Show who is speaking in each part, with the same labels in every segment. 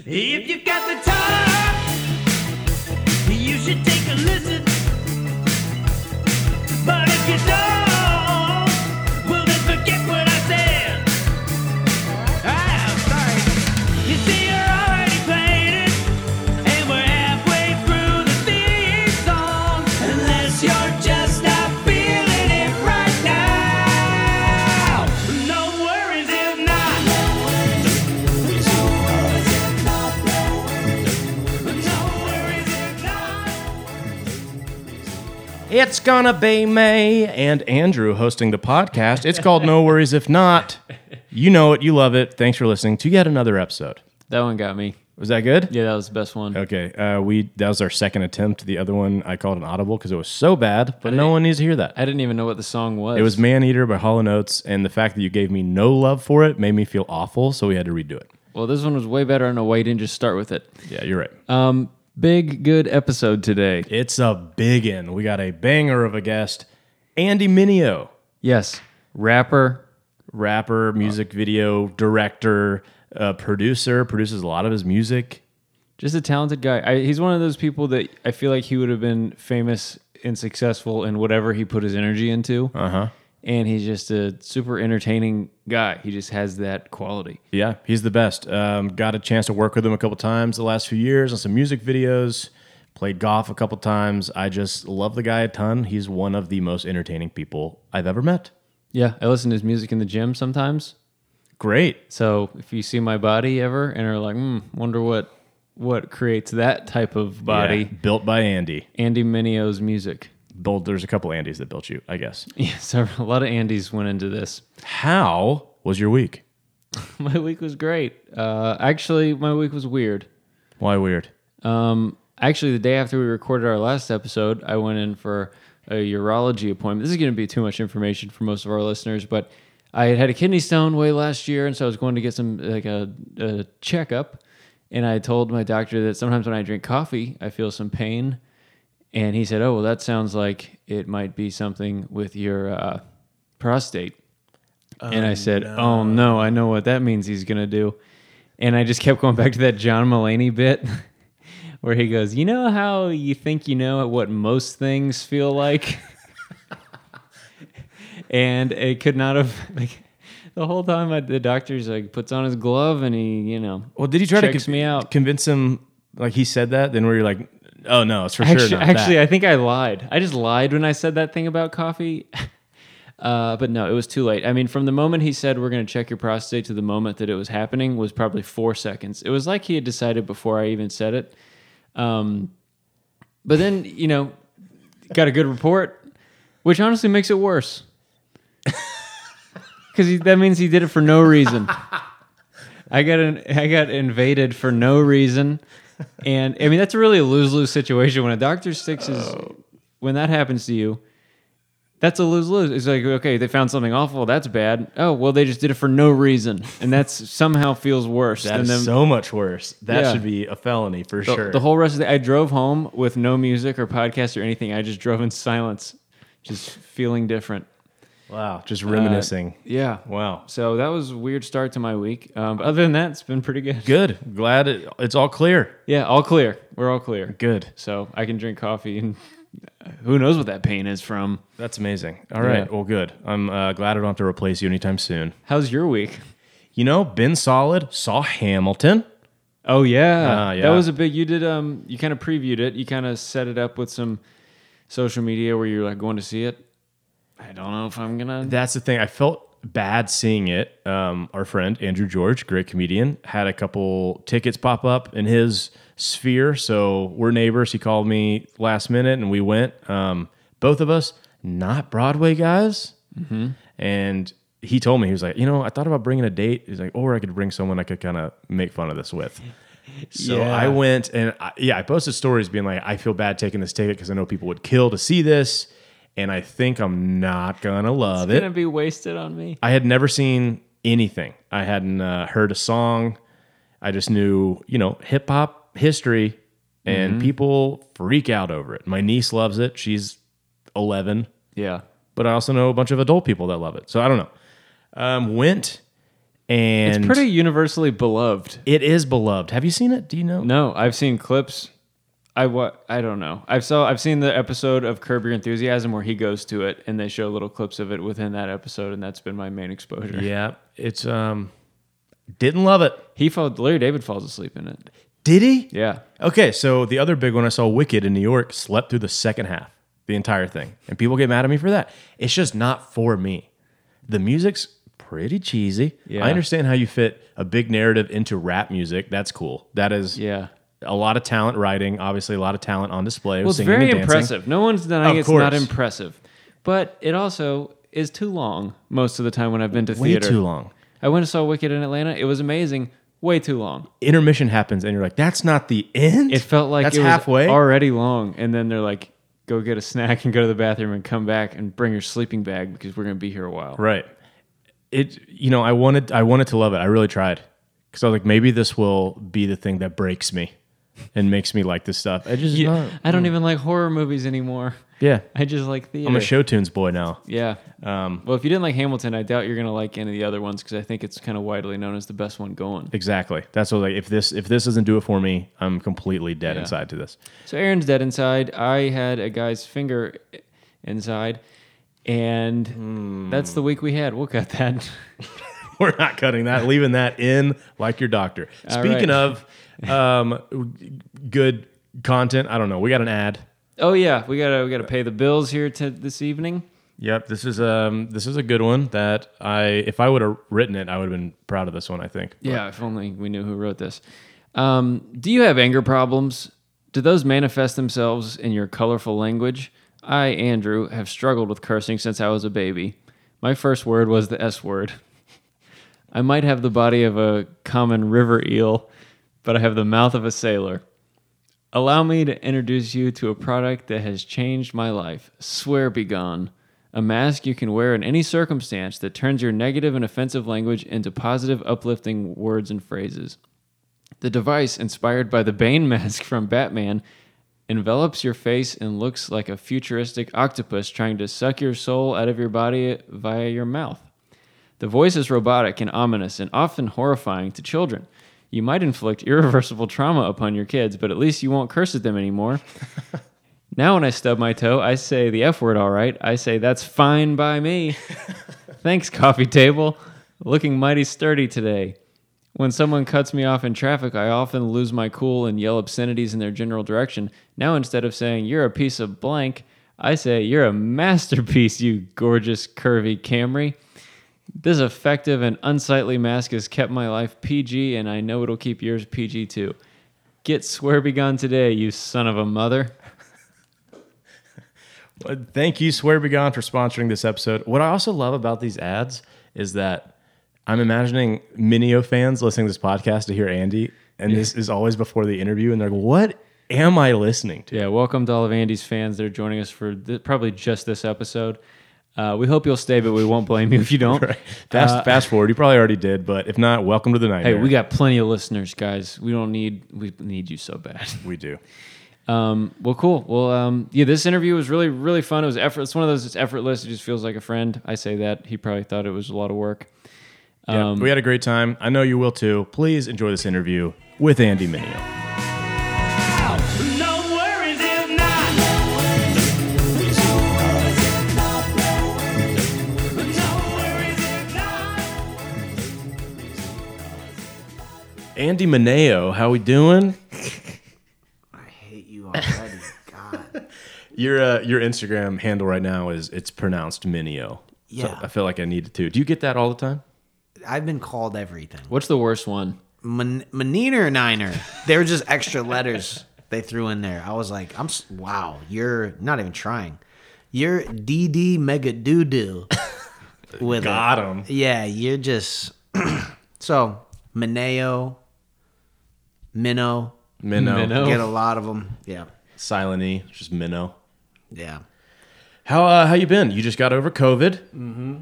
Speaker 1: If you've got the time, you should take a listen. But if you don't, well then forget what I said. Ah, I'm sorry. You see, you're already playing it, and we're halfway through the theme song. Unless you're just not feeling it right now. No worries if not. No worries if not.
Speaker 2: It's gonna be me and Andrew hosting the podcast. It's called No Worries If Not. You know it, you love it. Thanks for listening to yet another episode.
Speaker 3: That one got me.
Speaker 2: Was that good?
Speaker 3: Yeah, that was the best one.
Speaker 2: Okay. Uh, we that was our second attempt. The other one I called an audible because it was so bad, but no one needs to hear that.
Speaker 3: I didn't even know what the song was.
Speaker 2: It was Man Eater by Hollow Notes, and the fact that you gave me no love for it made me feel awful, so we had to redo it.
Speaker 3: well, this one was way better. I don't know why you didn't just start with it.
Speaker 2: Yeah, you're right.
Speaker 3: Um, big good episode today.
Speaker 2: it's a big in. We got a banger of a guest, Andy Minio.
Speaker 3: Yes, rapper.
Speaker 2: rapper, music video director, uh, producer, produces a lot of his music.
Speaker 3: Just a talented guy. I, he's one of those people that I feel like he would have been famous and successful in whatever he put his energy into. Uh
Speaker 2: Uh-huh.
Speaker 3: huh. And he's just a super entertaining guy. He just has that quality.
Speaker 2: Yeah, he's the best. Um, got a chance to work with him a couple times the last few years on some music videos. Played golf a couple times. I just love the guy a ton. He's one of the most entertaining people I've ever met.
Speaker 3: Yeah, I listen to his music in the gym sometimes.
Speaker 2: Great.
Speaker 3: So if you see my body ever and are like, hmm, wonder what what creates that type of
Speaker 2: Yeah,
Speaker 3: body,
Speaker 2: built by Andy.
Speaker 3: Andy Minio's music.
Speaker 2: Built. There's a couple Andys that built you, I guess.
Speaker 3: Yeah, so a lot of Andys went into this.
Speaker 2: How was your week?
Speaker 3: My week was great. Uh, actually, my week was weird.
Speaker 2: Why weird?
Speaker 3: Um, actually, the day after we recorded our last episode, I went in for a urology appointment. This is going to be too much information for most of our listeners, but I had had a kidney stone way last year, and so I was going to get some like a, a checkup. And I told my doctor that sometimes when I drink coffee, I feel some pain, and he said, "Oh, well, that sounds like it might be something with your uh, prostate." and I said, "Oh no, I know what that means. He's gonna do." And I just kept going back to that John Mulaney bit, where he goes, "You know how you think you know what most things feel like," and it could not have like the whole time. I, the doctor's like puts on his glove and he, you know,
Speaker 2: Well, did he try to
Speaker 3: Checks
Speaker 2: con-
Speaker 3: me out.
Speaker 2: convince him? Like he said that, then were you like, oh no, it's for
Speaker 3: actually,
Speaker 2: sure. Not that.
Speaker 3: actually I think I lied. I just lied when I said that thing about coffee. Uh, but no, it was too late. I mean, from the moment he said we're going to check your prostate to the moment that it was happening was probably four seconds. It was like he had decided before I even said it. Um, but then you know, got a good report, which honestly makes it worse because that means he did it for no reason. I got an, I got invaded for no reason, and I mean that's really a lose lose situation when a doctor sticks his when that happens to you. That's a lose lose. It's like okay, they found something awful. That's bad. Oh well, they just did it for no reason, and that's somehow feels worse
Speaker 2: That
Speaker 3: than
Speaker 2: is
Speaker 3: them
Speaker 2: so much worse. That
Speaker 3: Yeah.
Speaker 2: should be a felony for
Speaker 3: the,
Speaker 2: sure.
Speaker 3: the whole rest of the I drove home with no music or podcast or anything. I just drove in silence, just feeling different.
Speaker 2: wow, just reminiscing.
Speaker 3: Yeah.
Speaker 2: wow,
Speaker 3: So that was a weird start to my week. Um, but other than that, it's been pretty good.
Speaker 2: good. Glad it, it's all clear.
Speaker 3: Yeah, all clear. We're all clear.
Speaker 2: Good.
Speaker 3: So I can drink coffee and uh, who knows what that pain is from.
Speaker 2: That's amazing. All right.
Speaker 3: Yeah.
Speaker 2: Well, good. I'm uh, glad I don't have to replace you anytime soon.
Speaker 3: How's your week?
Speaker 2: You know, been solid. Saw Hamilton.
Speaker 3: Oh yeah.
Speaker 2: Ah, yeah.
Speaker 3: That was a big you did um you kind of previewed it. You kind of set it up with some social media where you're like going to see it. I don't know if I'm gonna
Speaker 2: That's the thing. I felt bad seeing it. Um, our friend Andrew George, great comedian, had a couple tickets pop up in his sphere. So we're neighbors. He called me last minute and we went. Um, both of us, not Broadway guys. And he told me, he was like, you know, I thought about bringing a date. He's like, or I could bring someone I could kind of make fun of this with. So
Speaker 3: Yeah.
Speaker 2: I went and I, yeah, I posted stories being like, I feel bad taking this ticket because I know people would kill to see this. And I think I'm not gonna love it.
Speaker 3: gonna be wasted on me.
Speaker 2: I had never seen anything. I hadn't uh, heard a song. I just knew, you know, hip hop history, and people freak out over it. My niece loves it. She's 11,
Speaker 3: Yeah.
Speaker 2: but I also know a bunch of adult people that love it. So I don't know. Um, went and
Speaker 3: It's pretty universally beloved.
Speaker 2: it is beloved. Have you seen it? Do you know?
Speaker 3: No, I've seen clips. I what I don't know. I've saw I've seen the episode of Curb Your Enthusiasm where he goes to it and they show little clips of it within that episode, and that's been my main exposure.
Speaker 2: Yeah, it's um, didn't love it.
Speaker 3: He fell. Larry David falls asleep in it.
Speaker 2: Did he?
Speaker 3: Yeah.
Speaker 2: Okay, so the other big one I saw, Wicked in New York, slept through the second half, the entire thing, and people get mad at me for that. It's just not for me. The music's pretty cheesy.
Speaker 3: Yeah.
Speaker 2: I understand how you fit a big narrative into rap music. That's cool. That is
Speaker 3: Yeah.
Speaker 2: a lot of talent writing. Obviously, a lot of talent on display.
Speaker 3: Well, it's
Speaker 2: singing
Speaker 3: very
Speaker 2: and dancing.
Speaker 3: impressive. No one's denying
Speaker 2: Of
Speaker 3: it's not
Speaker 2: course.
Speaker 3: impressive, but it also is too long most of the time when I've been to
Speaker 2: Way
Speaker 3: theater.
Speaker 2: too long.
Speaker 3: I went and saw Wicked in Atlanta. It was amazing. Way too long.
Speaker 2: Intermission happens, and you're like, "That's not the end."
Speaker 3: It felt like
Speaker 2: that's
Speaker 3: it was
Speaker 2: halfway.
Speaker 3: already long, and then they're like, "Go get a snack and go to the bathroom and come back and bring your sleeping bag because we're gonna be here a while."
Speaker 2: Right. It you know, I wanted I wanted to love it. I really tried. Cuz I was like maybe this will be the thing that breaks me and makes me like this stuff. I just
Speaker 3: You-
Speaker 2: not-
Speaker 3: I don't even like horror movies anymore.
Speaker 2: yeah.
Speaker 3: I just like theater.
Speaker 2: I'm a show tunes boy now.
Speaker 3: Yeah. Um, well, if you didn't like Hamilton, I doubt you're gonna like any of the other ones because I think it's kind of widely known as the best one going.
Speaker 2: Exactly. That's what I was like if this if this doesn't do it for me, I'm completely dead
Speaker 3: Yeah.
Speaker 2: inside to this.
Speaker 3: So Aaron's dead inside. I had a guy's finger inside, and
Speaker 2: Hmm.
Speaker 3: that's the week we had. We'll cut that.
Speaker 2: We're not cutting that, leaving that in like your doctor.
Speaker 3: All
Speaker 2: Speaking
Speaker 3: right.
Speaker 2: of um good content, I don't know. We got an ad.
Speaker 3: oh yeah, we gotta we gotta pay the bills here to this evening.
Speaker 2: Yep, this is um this is a good one that I if I would have written it, I would have been proud of this one, I think.
Speaker 3: Yeah, if only we knew who wrote this. Um, do you have anger problems? Do those manifest themselves in your colorful language? I, Andrew, have struggled with cursing since I was a baby. My first word was the S word. I might have the body of a common river eel, but I have the mouth of a sailor. Allow me to introduce you to a product that has changed my life. Swear Be Gone. A mask you can wear in any circumstance that turns your negative and offensive language into positive, uplifting words and phrases. The device, inspired by the Bane mask from Batman, envelops your face and looks like a futuristic octopus trying to suck your soul out of your body via your mouth. The voice is robotic and ominous and often horrifying to children. You might inflict irreversible trauma upon your kids, but at least you won't curse at them anymore. now, when I stub my toe, I say the F word all right. I say, that's fine by me. Thanks, coffee table. Looking mighty sturdy today. When someone cuts me off in traffic, I often lose my cool and yell obscenities in their general direction. Now, instead of saying, you're a piece of blank, I say, you're a masterpiece, you gorgeous, curvy Camry. This effective and unsightly mask has kept my life PG, and I know it'll keep yours PG too. Get swear be gone today, you son of a mother.
Speaker 2: Well, Uh, Thank you, Swear Be Gone, for sponsoring this episode. What I also love about these ads is that I'm imagining Minio fans listening to this podcast to hear Andy, and this is always before the interview, and they're like, "What am I listening to?"
Speaker 3: Yeah, welcome to all of Andy's fans that are joining us for th- probably just this episode. Uh, we hope you'll stay, but we won't blame you if you don't.
Speaker 2: Fast, fast forward. You probably already did, but if not, welcome to the night.
Speaker 3: Uh, Hey, we got plenty of listeners, guys. We don't need we need you so bad.
Speaker 2: we do.
Speaker 3: Um, well, cool. Well, um, yeah, this interview was really, really fun. It was effort. It's one of those. It's effortless. It just feels like a friend. I say that. He probably thought it was a lot of work.
Speaker 2: Yeah,
Speaker 3: Um,
Speaker 2: we had a great time. I know you will too. Please enjoy this interview with Andy Minio.
Speaker 1: No worries if not. No worries if not.
Speaker 2: Andy Mineo, how we doing?
Speaker 4: I hate you already. God.
Speaker 2: Your uh, your Instagram handle right now is it's pronounced Minio.
Speaker 4: Yeah.
Speaker 2: I feel like I needed to. Do you get that all the time?
Speaker 4: I've been called everything.
Speaker 3: What's the worst one?
Speaker 4: Man- Maniner Niner. They were just extra letters they threw in there. I was like, I'm s- wow, you're not even trying. You're DD Mega Doo Doo. With it.
Speaker 2: Got him.
Speaker 4: Yeah, you're just. so, Mineo, Minnow,
Speaker 2: Minnow.
Speaker 3: Minnow.
Speaker 4: get a lot of them. Yeah.
Speaker 2: Silent E, it's just Minnow.
Speaker 4: Yeah.
Speaker 2: How uh, how you been? You just got over COVID. Mm-hmm.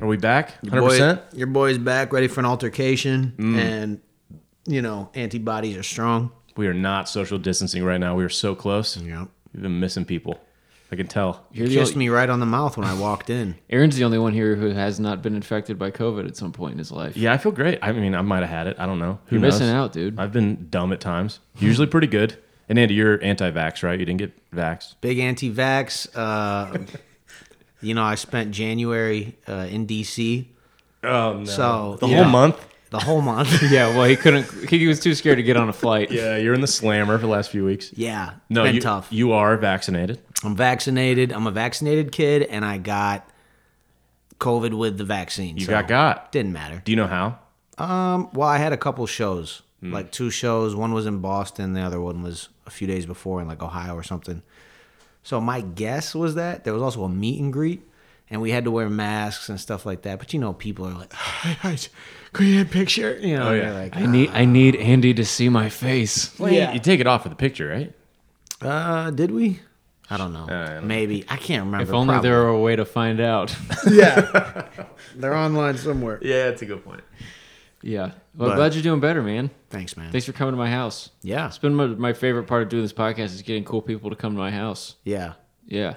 Speaker 2: Are we back? Hundred percent. Mm.
Speaker 4: Boy, your boy's back, ready for an altercation, and, you know, antibodies are strong.
Speaker 2: We are not social distancing right now. We are so close.
Speaker 4: Yeah.
Speaker 2: We've been missing people. I can tell.
Speaker 3: You're the
Speaker 4: Kissed
Speaker 3: only-
Speaker 4: me right on the mouth when I walked in.
Speaker 3: Aaron's the only one here who has not been infected by COVID at some point in his life.
Speaker 2: Yeah, I feel great. I mean, I might have had it. I don't know. Who
Speaker 3: You're
Speaker 2: knows?
Speaker 3: missing out, dude.
Speaker 2: I've been dumb at times. Usually pretty good. And Andy, you're anti-vax, right? You didn't get vaxxed.
Speaker 4: Big anti-vax. Uh, you know, I spent January uh, in DC.
Speaker 2: Oh no!
Speaker 4: So
Speaker 2: the
Speaker 4: yeah,
Speaker 2: whole month.
Speaker 4: The whole month.
Speaker 3: Yeah, well, he couldn't. He was too scared to get on a flight.
Speaker 2: Yeah, you're in the slammer for the last few weeks.
Speaker 4: yeah.
Speaker 2: No,
Speaker 4: been
Speaker 2: you,
Speaker 4: tough.
Speaker 2: you are vaccinated.
Speaker 4: I'm vaccinated. I'm a vaccinated kid, and I got COVID with the vaccine.
Speaker 2: You
Speaker 4: so
Speaker 2: got got.
Speaker 4: Didn't matter.
Speaker 2: Do you know how?
Speaker 4: Um, well, I had a couple shows,
Speaker 2: Hmm.
Speaker 4: like two shows. One was in Boston, the other one was a few days before in like Ohio or something. So my guess was that there was also a meet and greet, and we had to wear masks and stuff like that. But you know, people are like, "Hey, guys, "Can we get a picture?" You know,
Speaker 2: Oh,
Speaker 4: they're
Speaker 2: yeah.
Speaker 4: like,
Speaker 3: I need. I need Andy to see my face.
Speaker 2: Well, yeah. You take it off for the picture, right?
Speaker 4: "Uh, did we?" I don't know.
Speaker 2: Uh, I don't-
Speaker 4: Maybe I can't remember.
Speaker 3: If only
Speaker 4: probably.
Speaker 3: there were a way to find out.
Speaker 4: yeah, they're online somewhere.
Speaker 2: Yeah, that's a good point.
Speaker 3: yeah. Well,
Speaker 4: But-
Speaker 3: glad you're doing better, man.
Speaker 4: Thanks, man.
Speaker 3: Thanks for coming to my house.
Speaker 4: Yeah,
Speaker 3: It's been my, my favorite part of doing this podcast is getting cool people to come to my house.
Speaker 4: yeah.
Speaker 3: Yeah.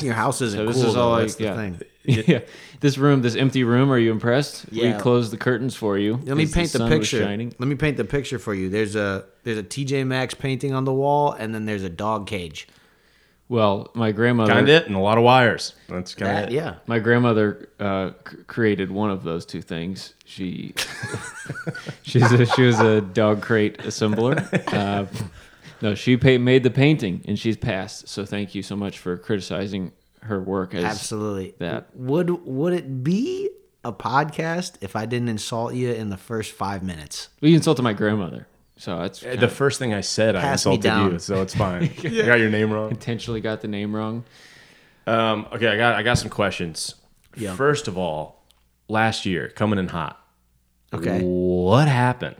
Speaker 4: Your house isn't
Speaker 3: So
Speaker 4: cool.
Speaker 3: this is all
Speaker 4: though.
Speaker 3: I-
Speaker 4: That's the
Speaker 3: yeah.
Speaker 4: thing.
Speaker 3: Yeah. This room, this empty room, are you impressed?
Speaker 4: Yeah.
Speaker 3: We closed the curtains for you.
Speaker 4: Let me
Speaker 3: 'cause
Speaker 4: paint the,
Speaker 3: sun was
Speaker 4: picture.
Speaker 3: shining.
Speaker 4: Let me paint the picture for you. There's a there's a TJ Maxx painting on the wall, and then there's a dog cage.
Speaker 3: Well, my grandmother
Speaker 2: Kind of it, and a lot of wires. That's kind
Speaker 4: That-
Speaker 2: of it.
Speaker 4: yeah,
Speaker 3: My grandmother uh, c- created one of those two things. She she's a, she was a dog crate assembler. Uh, no, she pa made the painting, and she's passed. So thank you so much for criticizing her work. As,
Speaker 4: absolutely.
Speaker 3: that.
Speaker 4: would would it be a podcast if I didn't insult you in the first five minutes?
Speaker 3: Well, you insulted my grandmother, so that's
Speaker 4: Uh,
Speaker 3: kind
Speaker 2: The first thing I said, I
Speaker 4: Pass me
Speaker 2: insulted
Speaker 4: down.
Speaker 2: you, so it's fine. I got your name wrong.
Speaker 3: potentially got the name wrong.
Speaker 2: Um, okay, I got I got some questions. First of all, last year coming in hot.
Speaker 4: Okay.
Speaker 2: What happened?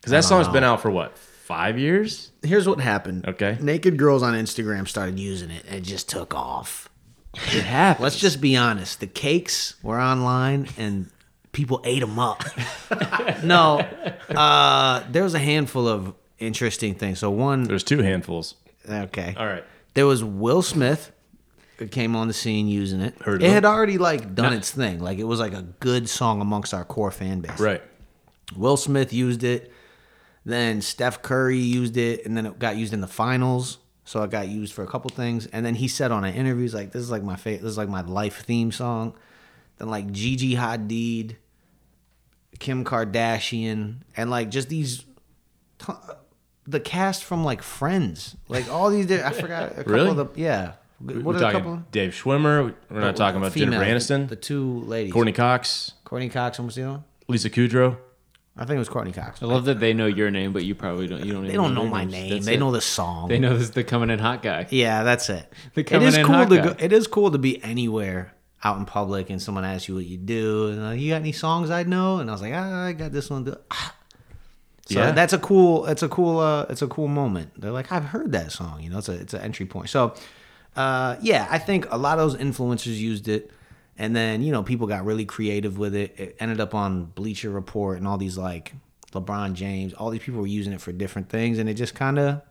Speaker 2: Because that song's been out for what five years?
Speaker 4: Here's what happened.
Speaker 2: Okay.
Speaker 4: Naked girls on Instagram started using it, and it just took off.
Speaker 2: It happened.
Speaker 4: Let's just be honest. The cakes were online and people ate them up. no, uh, there was a handful of interesting things. So one,
Speaker 2: There's two handfuls.
Speaker 4: okay,
Speaker 2: All right.
Speaker 4: There was Will Smith who came on the scene using it.
Speaker 2: Heard of
Speaker 4: it
Speaker 2: him.
Speaker 4: had already like done its thing. Like it was like a good song amongst our core fan base.
Speaker 2: Right.
Speaker 4: Will Smith used it. Then Steph Curry used it, and then it got used in the finals. So it got used for a couple things. And then he said on an interview, he's like, "This is like my favorite. This is like my life theme song." Then like Gigi Hadid, Kim Kardashian, and like just these, t- the cast from like Friends, like all these. I forgot a couple
Speaker 2: Really?
Speaker 4: of the yeah. What
Speaker 2: We're
Speaker 4: are the
Speaker 2: talking
Speaker 4: couple?
Speaker 2: Dave Schwimmer. We're not talking about Jennifer
Speaker 4: Females,
Speaker 2: Aniston,
Speaker 4: The two ladies,
Speaker 2: Courtney
Speaker 4: Courtney,
Speaker 2: Cox,
Speaker 4: Courtney Cox. Almost you know.
Speaker 2: Lisa Kudrow.
Speaker 4: I think it was Courtney Cox.
Speaker 3: I love that they know your name, but you probably don't. You don't.
Speaker 4: They don't know my name. They know the song.
Speaker 3: They know this is the coming in hot guy.
Speaker 4: Yeah, that's it.
Speaker 3: The
Speaker 4: It
Speaker 3: coming
Speaker 4: is
Speaker 3: in
Speaker 4: cool
Speaker 3: hot
Speaker 4: to
Speaker 3: guy.
Speaker 4: go, it is cool to be anywhere out in public and someone asks you what you do and like, you got any songs I know and I was like ah, I got this one. To, ah." So
Speaker 2: Yeah.
Speaker 4: that's a cool it's a cool uh it's a cool moment. They're like I've heard that song, you know, it's a it's an entry point. So uh yeah, I think a lot of those influencers used it and then, you know, people got really creative with it. It ended up on Bleacher Report and all these like LeBron James, all these people were using it for different things and it just kind of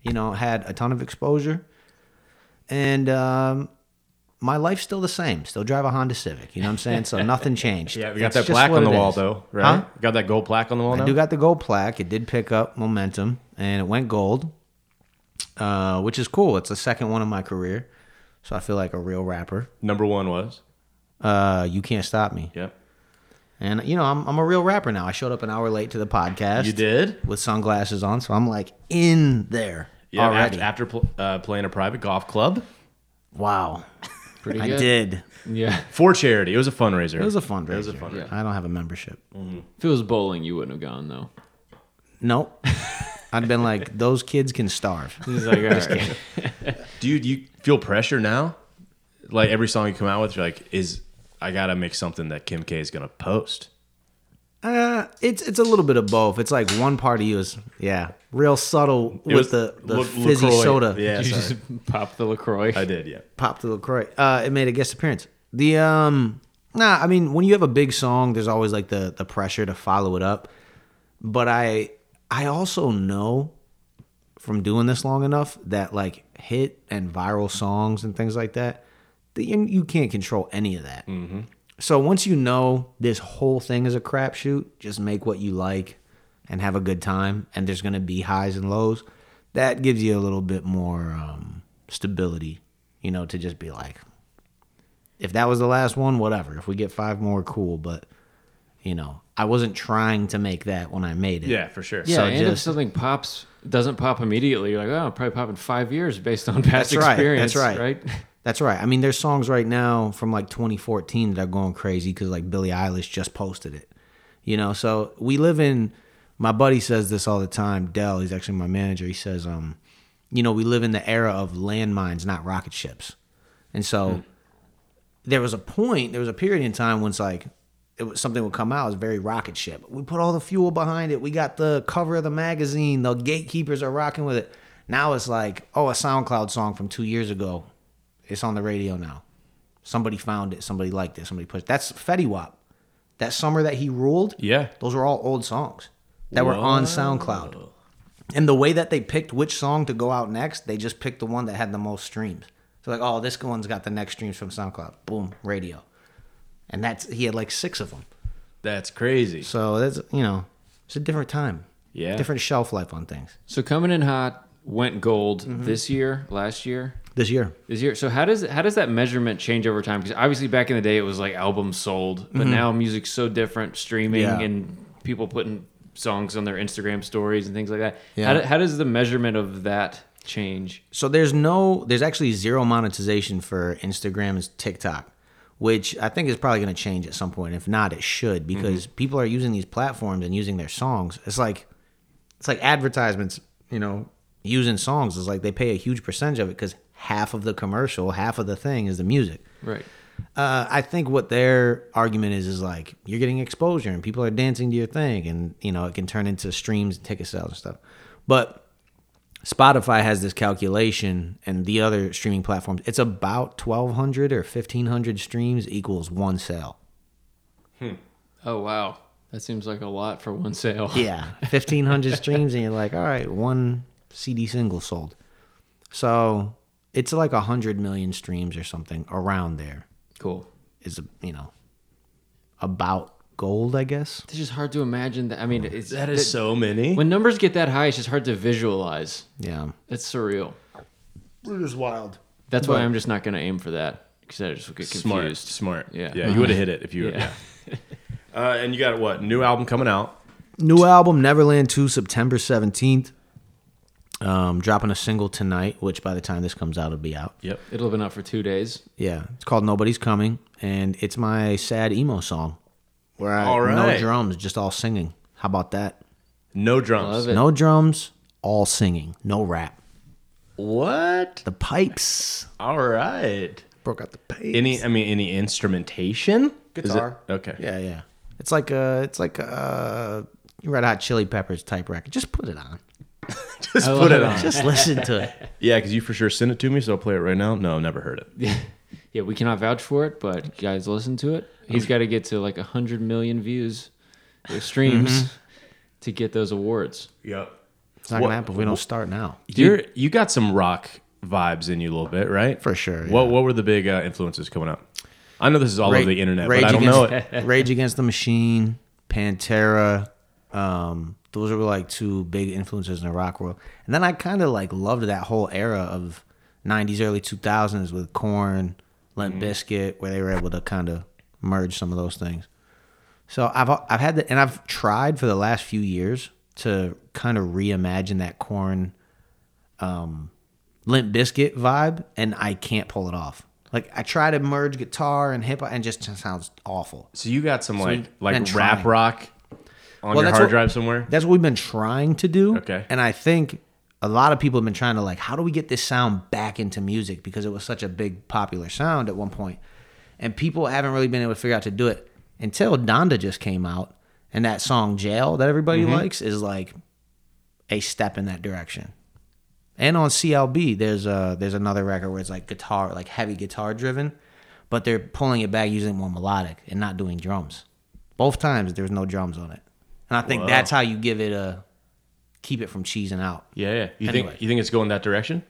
Speaker 4: you know, had a ton of exposure. And um, my life's still the same. Still drive a Honda Civic. You know what I'm saying? So nothing changed.
Speaker 2: Yeah, we got
Speaker 4: It's
Speaker 2: that
Speaker 4: just
Speaker 2: plaque
Speaker 4: what
Speaker 2: on the
Speaker 4: it
Speaker 2: wall
Speaker 4: is.
Speaker 2: though, right?
Speaker 4: Huh?
Speaker 2: We Got that gold plaque on the wall now.
Speaker 4: I do got the gold plaque. It did pick up momentum, and it went gold, uh, which is cool. It's the second one in my career, so I feel like a real rapper.
Speaker 2: Number one was.
Speaker 4: Uh, you can't stop me.
Speaker 2: Yep.
Speaker 4: And you know, I'm I'm a real rapper now. I showed up an hour late to the podcast.
Speaker 2: You did.
Speaker 4: with sunglasses on, so I'm like in there
Speaker 2: Yeah.
Speaker 4: already.
Speaker 2: After, after pl- uh, playing a private golf club
Speaker 4: wow,
Speaker 3: Pretty
Speaker 4: I
Speaker 3: good.
Speaker 4: did.
Speaker 3: Yeah.
Speaker 2: for charity, it was a fundraiser.
Speaker 4: It was a fundraiser.
Speaker 2: was a fundraiser.
Speaker 4: I don't have a membership.
Speaker 3: If it was bowling, you wouldn't have gone though.
Speaker 4: Nope. I'd been like, those kids can starve.
Speaker 3: He's like, all right.
Speaker 2: Dude, you feel pressure now? Like every song you come out with, you're like, is I gotta make something that Kim K is gonna post.
Speaker 4: Uh, it's it's a little bit of both. It's like one part of you is yeah, real subtle with
Speaker 2: was
Speaker 4: the, the
Speaker 2: La-
Speaker 4: fizzy
Speaker 2: LaCroix.
Speaker 4: soda.
Speaker 2: Yeah,
Speaker 3: You
Speaker 2: sorry.
Speaker 3: just pop the Lacroix.
Speaker 2: I did. Yeah,
Speaker 4: Pop the Lacroix. Uh, it made a guest appearance. The um, nah, I mean, when you have a big song, there's always like the the pressure to follow it up. But I I also know from doing this long enough that like hit and viral songs and things like that, that you, you can't control any of that. So once you know this whole thing is a crapshoot, just make what you like and have a good time. And there's gonna be highs and lows. That gives you a little bit more um, stability, you know, to just be like, if that was the last one, whatever. If we get five more, cool. But you know, I wasn't trying to make that when I made it.
Speaker 2: Yeah, for sure.
Speaker 3: Yeah,
Speaker 4: So
Speaker 3: and if
Speaker 4: just-
Speaker 3: something pops, doesn't pop immediately, you're like, oh, it'll probably pop in five years based on past experience.
Speaker 4: Right. That's right.
Speaker 3: Right.
Speaker 4: That's right. I mean, there's songs right now from like 2014 that are going crazy because like Billie Eilish just posted it. You know, so we live in. My buddy says this all the time. Dell, he's actually my manager. He says, um, you know, we live in the era of landmines, not rocket ships, and so
Speaker 3: Hmm.
Speaker 4: there was a point, there was a period in time when it's like it was something would come out, it was very rocket ship. We put all the fuel behind it. We got the cover of the magazine. The gatekeepers are rocking with it. Now it's like, oh, a SoundCloud song from two years ago. It's on the radio now. Somebody found it. Somebody liked it. Somebody pushed. That's Fetty Wap. That summer that he ruled.
Speaker 2: Yeah.
Speaker 4: Those were all old songs that were on SoundCloud. And the way that they picked which song to go out next, they just picked the one that had the most streams. So like, oh, this one's got the next streams from SoundCloud. Boom, radio. And that's he had like six of them.
Speaker 2: That's crazy.
Speaker 4: So that's you know, it's a different time.
Speaker 2: Yeah.
Speaker 4: Different shelf life on things.
Speaker 3: So coming in hot went gold
Speaker 4: Mm-hmm.
Speaker 3: this year, last year,
Speaker 4: This year.
Speaker 3: this year. So how does how does that measurement change over time? Because obviously back in the day it was like albums sold, but now music's so different, streaming
Speaker 4: Mm-hmm. Yeah.
Speaker 3: and people putting songs on their Instagram stories and things like that.
Speaker 4: Yeah.
Speaker 3: How, do- how does the measurement of that change?
Speaker 4: So there's no, there's actually zero monetization for Instagram and TikTok, which I think is probably going to change at some point. If not, it should because people are using these platforms and using their songs. It's like, it's like advertisements, you know, using songs is like they pay a huge percentage of it because half of the commercial, half of the thing is the music.
Speaker 3: Right.
Speaker 4: Uh, I think what their argument is is like you're getting exposure and people are dancing to your thing, and you know it can turn into streams and ticket sales and stuff. But Spotify has this calculation, and the other streaming platforms, it's about 1,200 or 1,500 streams equals one sale.
Speaker 3: Oh wow. That seems like a lot for one sale.
Speaker 4: Yeah, fifteen hundred streams, and you're like, all right, one CD single sold. So it's like a hundred million streams or something around there.
Speaker 3: Cool.
Speaker 4: Is you know about gold, I guess.
Speaker 3: It's just hard to imagine that. I mean, it's,
Speaker 2: that is so many.
Speaker 3: when numbers get that high, it's just hard to visualize.
Speaker 4: Yeah,
Speaker 3: It's surreal.
Speaker 4: it is wild.
Speaker 3: That's why I'm just not going to aim for that because I just get confused.
Speaker 2: smart, smart.
Speaker 3: Yeah.
Speaker 2: yeah. You would have hit it if you.
Speaker 3: Yeah.
Speaker 2: Yeah. Uh, and you got what? New album coming out.
Speaker 4: New album Neverland Two, September seventeenth. Um, dropping a single tonight, which by the time this comes out, it'll be out.
Speaker 2: Yep.
Speaker 3: It'll have been out for two days.
Speaker 4: Yeah, it's called Nobody's Coming, and it's my sad emo song, where I
Speaker 2: All
Speaker 4: no
Speaker 2: right.
Speaker 4: drums, just all singing. How about that?
Speaker 2: No drums.
Speaker 3: Love it.
Speaker 4: No drums, all singing, no rap.
Speaker 2: What?
Speaker 4: The pipes
Speaker 2: All right.
Speaker 4: broke out the pipes.
Speaker 2: Any? I mean, any instrumentation? Is it-
Speaker 4: Guitar.
Speaker 2: okay.
Speaker 4: yeah, yeah. It's like a, it's like a Red Hot Chili Peppers type record. Just put it on.
Speaker 2: Just put it on.
Speaker 4: Just listen to it.
Speaker 2: Yeah, because you for sure sent it to me, so I'll play it right now. No, never heard it.
Speaker 3: Yeah, we cannot vouch for it, but guys, listen to it.
Speaker 2: Um,
Speaker 3: He's got to get to like 100 million views or streams
Speaker 2: Mm-hmm.
Speaker 3: to get those awards.
Speaker 2: Yep.
Speaker 4: It's not
Speaker 2: What-
Speaker 4: gonna happen if we don't start now.
Speaker 2: You're you got some rock vibes in you a little bit, right?
Speaker 4: For sure,
Speaker 2: What
Speaker 4: yeah.
Speaker 2: what were the big uh, influences coming up? I know this is all over the internet, but I don't know
Speaker 4: against,
Speaker 2: it.
Speaker 4: Rage Against the Machine, Pantera. Um, those were like two big influences in the rock world. And then I kind of like loved that whole era of '90s, early 2000s with Corn,
Speaker 2: Mm-hmm.
Speaker 4: Limp Biscuit, where they were able to kind of merge some of those things. So I've I've had the and I've tried for the last few years to kind of reimagine that Corn. Limp Biscuit vibe, and I can't pull it off. Like I try to merge guitar and hip hop, and it just sounds awful.
Speaker 2: So you got some like
Speaker 4: been
Speaker 2: like rap
Speaker 4: trying.
Speaker 2: rock on
Speaker 4: Well,
Speaker 2: your
Speaker 4: that's
Speaker 2: hard
Speaker 4: what-
Speaker 2: drive somewhere.
Speaker 4: That's what we've been trying to do.
Speaker 2: Okay.
Speaker 4: And I think a lot of people have been trying to like, how do we get this sound back into music because it was such a big popular sound at one point, and people haven't really been able to figure out to do it until Donda just came out, and that song "Jail" that everybody likes is like a step in that direction. And on CLB, there's a there's another record where it's like guitar, like heavy guitar driven, but they're pulling it back using more melodic and not doing drums. Both times there's no drums on it, and I think that's how you give it a keep it from cheesing out.
Speaker 2: Yeah, yeah. You
Speaker 4: Anyway.
Speaker 2: think you think it's going that direction?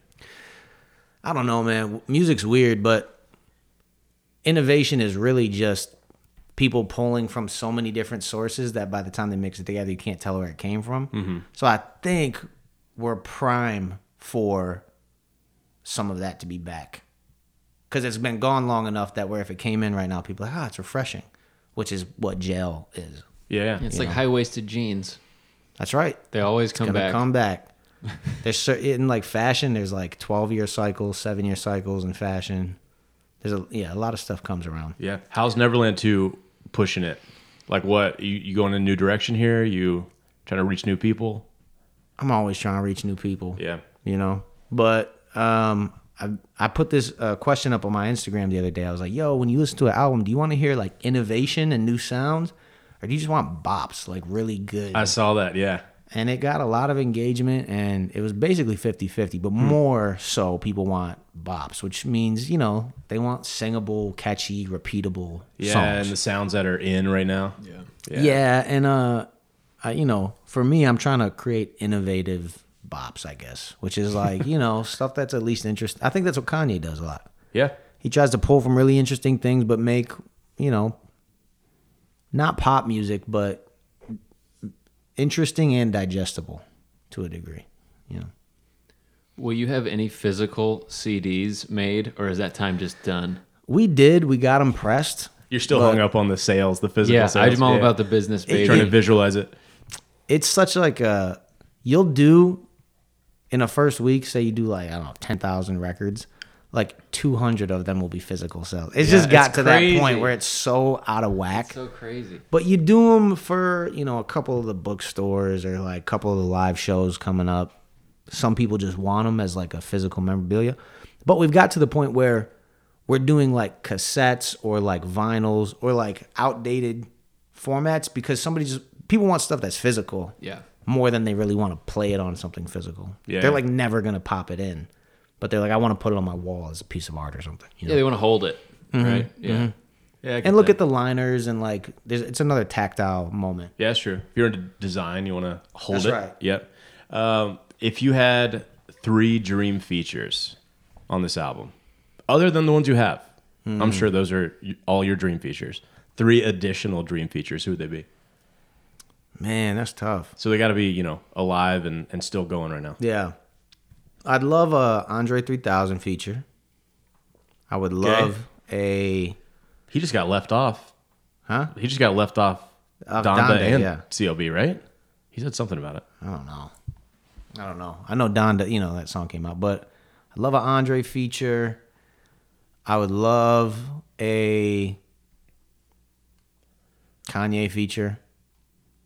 Speaker 4: I don't know, man. W- Music's weird, but innovation is really just people pulling from so many different sources that by the time they mix it together, you can't tell where it came from. So I think we're prime for some of that to be back because it's been gone long enough that where if it came in right now, people are like, ah, it's refreshing, which is what jail is.
Speaker 2: Yeah, yeah.
Speaker 3: It's like high waisted jeans.
Speaker 4: That's right.
Speaker 3: They always come
Speaker 4: gonna
Speaker 3: back.
Speaker 4: come back. There's certain in like fashion. There's like twelve year cycles, seven year cycles in fashion. There's a yeah, a lot of stuff comes around.
Speaker 2: yeah. How's Neverland two pushing it? Like what? You, you going in a new direction here? You trying to reach new people?
Speaker 4: I'm always trying to reach new people.
Speaker 2: Yeah.
Speaker 4: you know. But um, I I put this uh, question up on my Instagram the other day. I was like, "Yo, when you listen to an album, do you want to hear like innovation and new sounds, or do you just want bops, like really good?"
Speaker 2: I saw that. Yeah.
Speaker 4: and it got a lot of engagement and it was basically 50-50 but
Speaker 2: Hmm.
Speaker 4: more so people want bops which means you know they want singable catchy repeatable
Speaker 2: Yeah,
Speaker 4: songs
Speaker 2: and the sounds that are in right now. Yeah.
Speaker 4: yeah. and uh I, you know for me i'm trying to create innovative bops i guess which is like you know stuff that's at least interesting i think that's what kanye does a lot
Speaker 2: Yeah.
Speaker 4: he tries to pull from really interesting things but make you know not pop music but interesting and digestible to a degree you know
Speaker 3: Will you have any physical CDs made, or is that time just done?
Speaker 4: we did we got them pressed
Speaker 2: You're still hung up on the sales, the physical
Speaker 3: Yeah,
Speaker 2: sales.
Speaker 3: I'm all
Speaker 2: Yeah.
Speaker 3: about the business, baby.
Speaker 2: trying to visualize it.
Speaker 4: it's such like a you'll do in a first week say you do like i don't know 10000 records like 200 of them will be physical sales it's just got
Speaker 3: it's
Speaker 4: to
Speaker 3: crazy.
Speaker 4: that point where it's so out of whack
Speaker 3: so crazy.
Speaker 4: But you do them for you know a couple of the bookstores or like a couple of the live shows coming up. Some people just want them as like a physical memorabilia. But we've got to the point where we're doing like cassettes or like vinyls or like outdated formats because somebody just people want stuff that's physical
Speaker 3: Yeah.
Speaker 4: more than they really want to play it on something physical.
Speaker 2: Yeah.
Speaker 4: They're like never gonna pop it in, but they're like I want to put it on my wall as a piece of art or something. You know?
Speaker 3: Yeah, they want to hold it,
Speaker 2: Mm-hmm.
Speaker 3: right? Yeah. Yeah.
Speaker 4: and look at the liners and like there's, it's another tactile moment.
Speaker 2: Yeah, that's true. If you're into design, you want to hold
Speaker 4: That's
Speaker 2: it.
Speaker 4: right.
Speaker 2: Yep. Um, if you had three dream features on this album, other than the ones you have,
Speaker 3: Hmm.
Speaker 2: I'm sure those are y- all your dream features. Three additional dream features, who would they be?
Speaker 4: Man, that's tough.
Speaker 2: So they got to be, you know, alive and, and still going right now.
Speaker 4: Yeah. I'd love a Andre 3000 feature. I would love a
Speaker 2: He just got left off.
Speaker 4: Huh?
Speaker 2: He just got left off
Speaker 4: Off
Speaker 2: Donda,
Speaker 4: Donda,
Speaker 2: and
Speaker 4: yeah.
Speaker 2: CLB, right? He said something about it.
Speaker 4: I don't know. I don't know. I know Donda, you know that song came out, but I love a Andre feature. I would love a Kanye feature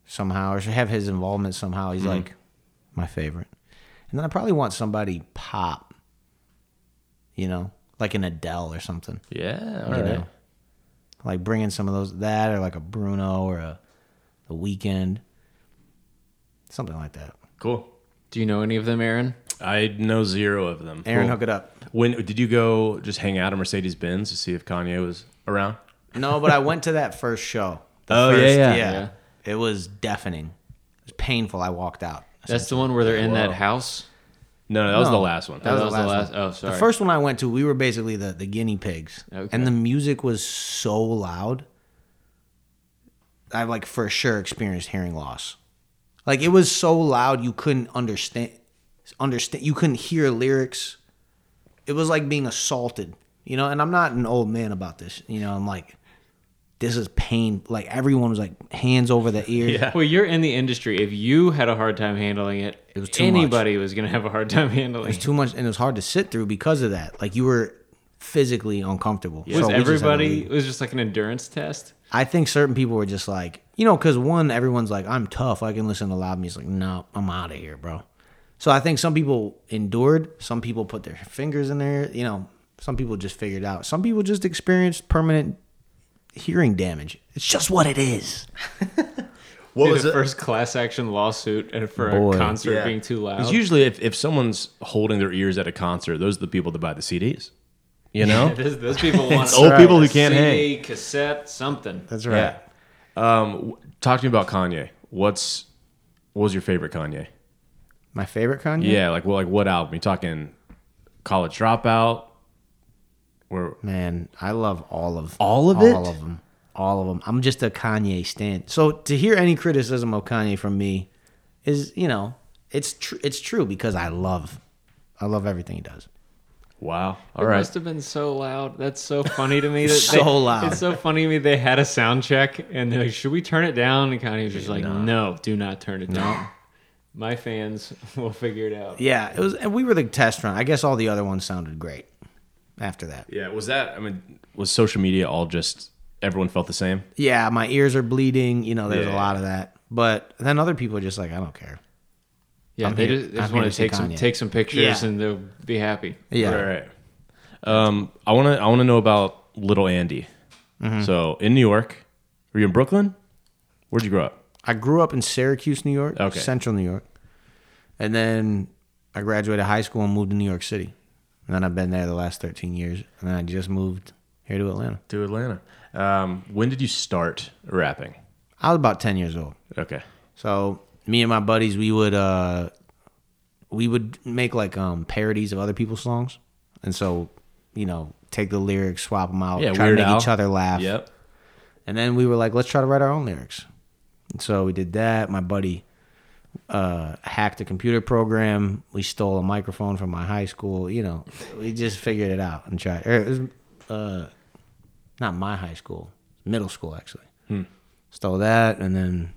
Speaker 4: somehow or should have his involvement somehow. He's like my favorite. And then I probably want somebody pop, you know, like an Adele or something.
Speaker 2: Yeah. All
Speaker 4: you
Speaker 2: right.
Speaker 4: know, like bringing some of those that or like a Bruno or a the weekend, something like that.
Speaker 2: Cool.
Speaker 3: Do you know any of them, Aaron?
Speaker 2: I know zero of them.
Speaker 4: Aaron,
Speaker 2: Cool.
Speaker 4: hook it up.
Speaker 2: When did you go just hang out at Mercedes Benz to see if Kanye was around?
Speaker 4: No, but I went to that first show. The
Speaker 2: Oh, yeah,
Speaker 4: first-
Speaker 2: yeah.
Speaker 3: Yeah.
Speaker 4: It was deafening. It was painful. I walked out.
Speaker 3: That's the one where they're in that house.
Speaker 2: No, no, that was
Speaker 4: No.
Speaker 2: the last one.
Speaker 3: That was the last- oh, sorry.
Speaker 4: The first one I went to, we were basically the the guinea pigs,
Speaker 3: Okay.
Speaker 4: and the music was so loud. I like for sure experienced hearing loss. Like it was so loud you couldn't understand understand you couldn't hear lyrics. It was like being assaulted, you know, and I'm not an old man about this, you know, I'm like this is pain. Like everyone was like hands over the ears.
Speaker 2: Yeah.
Speaker 3: Well, you're in the industry. If you had a hard time handling it, it
Speaker 4: was too much.
Speaker 3: anybody was going to have a hard time handling
Speaker 4: It was too much and it was hard to sit through because of that. Like you were physically uncomfortable.
Speaker 3: Was
Speaker 4: So we just had to
Speaker 3: everybody
Speaker 4: leave.
Speaker 3: it was just like an endurance test?
Speaker 4: I think certain people were just like, you know, because one, everyone's like, I'm tough. I can listen to loud music. No, I'm out of here, bro. So I think some people endured. Some people put their fingers in there. You know, some people just figured out. Some people just experienced permanent hearing damage. It's just what it is.
Speaker 2: What
Speaker 3: Be
Speaker 2: was
Speaker 3: the
Speaker 2: it?
Speaker 3: first class action lawsuit and for
Speaker 4: Boy.
Speaker 3: a concert
Speaker 2: Yeah.
Speaker 3: being too loud?
Speaker 2: Because usually, if, if someone's holding their ears at a concert, those are the people that buy the CDs. You know,
Speaker 3: those, those people want
Speaker 2: old
Speaker 3: a
Speaker 2: people who can't
Speaker 3: CD, cassette, something.
Speaker 4: That's right.
Speaker 2: Um, w- talk to me about Kanye. What's what was your favorite Kanye?
Speaker 4: My favorite Kanye?
Speaker 2: Yeah, like well, like what album? You talking College Dropout? Where
Speaker 4: Man, I love all of
Speaker 2: All of
Speaker 4: All
Speaker 2: it?
Speaker 4: of them. All of them. I'm just a Kanye stan. So to hear any criticism of Kanye from me is, you know, it's tr- it's true because I love I love everything he does.
Speaker 2: wow, all
Speaker 3: It
Speaker 2: right,
Speaker 3: must have been so loud. That's so funny to me. That they-
Speaker 4: So loud.
Speaker 3: It's so funny to me. They had a sound check and they're like, should we turn it down? And Kanye was just like, no, do not turn it down. My fans will figure it out.
Speaker 4: Yeah, it was and we were the test run. I guess all the other ones sounded great after that.
Speaker 2: yeah. Was that? I mean, was social media all just everyone felt the same?
Speaker 4: Yeah, my ears are bleeding, you know, there's
Speaker 2: Yeah.
Speaker 4: a lot of that. But then other people are just like, I don't care.
Speaker 3: Yeah,
Speaker 4: I'm
Speaker 3: they
Speaker 4: here-
Speaker 3: just, they
Speaker 4: I'm
Speaker 3: just
Speaker 4: here
Speaker 3: want
Speaker 4: to
Speaker 3: to
Speaker 4: see
Speaker 3: take some
Speaker 4: Kanye.
Speaker 3: take some pictures
Speaker 4: Yeah.
Speaker 3: and they'll be happy.
Speaker 4: Yeah.
Speaker 2: All right. Um, I want to I want to know about little Andy. So in New York, were you in Brooklyn? Where'd you grow up?
Speaker 4: I grew up in Syracuse, New York,
Speaker 2: Okay.
Speaker 4: Central New York, and then I graduated high school and moved to New York City, and then I've been there the last thirteen years, and then I just moved here to Atlanta.
Speaker 2: To Atlanta. Um, when did you start rapping?
Speaker 4: I was about ten years old,
Speaker 2: Okay.
Speaker 4: so me and my buddies we would uh, we would make like um parodies of other people's songs, and so you know take the lyrics, swap them out,
Speaker 2: Yeah,
Speaker 4: try
Speaker 2: Weird
Speaker 4: to make
Speaker 2: Al.
Speaker 4: each other laugh,
Speaker 2: Yep.
Speaker 4: And then we were like, let's try to write our own lyrics. And so we did that. My buddy uh, hacked a computer program. We stole a microphone from my high school. You know, we just figured it out and tried. Or it was uh, not my high school, middle school actually. Stole that, and then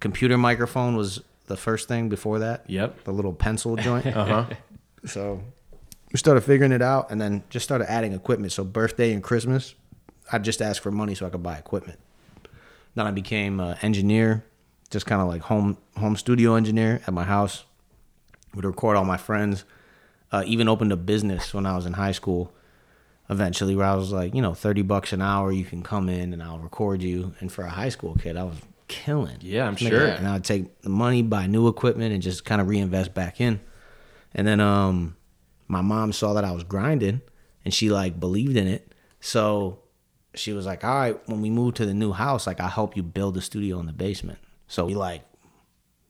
Speaker 4: computer microphone was the first thing before that.
Speaker 2: Yep.
Speaker 4: the little pencil joint.
Speaker 2: Uh huh.
Speaker 4: So we started figuring it out and then just started adding equipment. So birthday and Christmas, I just asked for money so I could buy equipment. Then I became an engineer, just kind of like home home studio engineer at my house. Would record all my friends. Uh, even opened a business when I was in high school. Eventually, where I was like, you know, thirty bucks an hour, you can come in and I'll record you. And for a high school kid, I was killing.
Speaker 2: Yeah, I'm
Speaker 4: Nigga,
Speaker 2: sure.
Speaker 4: And I'd take the money, buy new equipment, and just kind of reinvest back in. And then um my mom saw that I was grinding and she like believed in it. So she was like, "All right, when we move to the new house, like I'll help you build a studio in the basement." So we like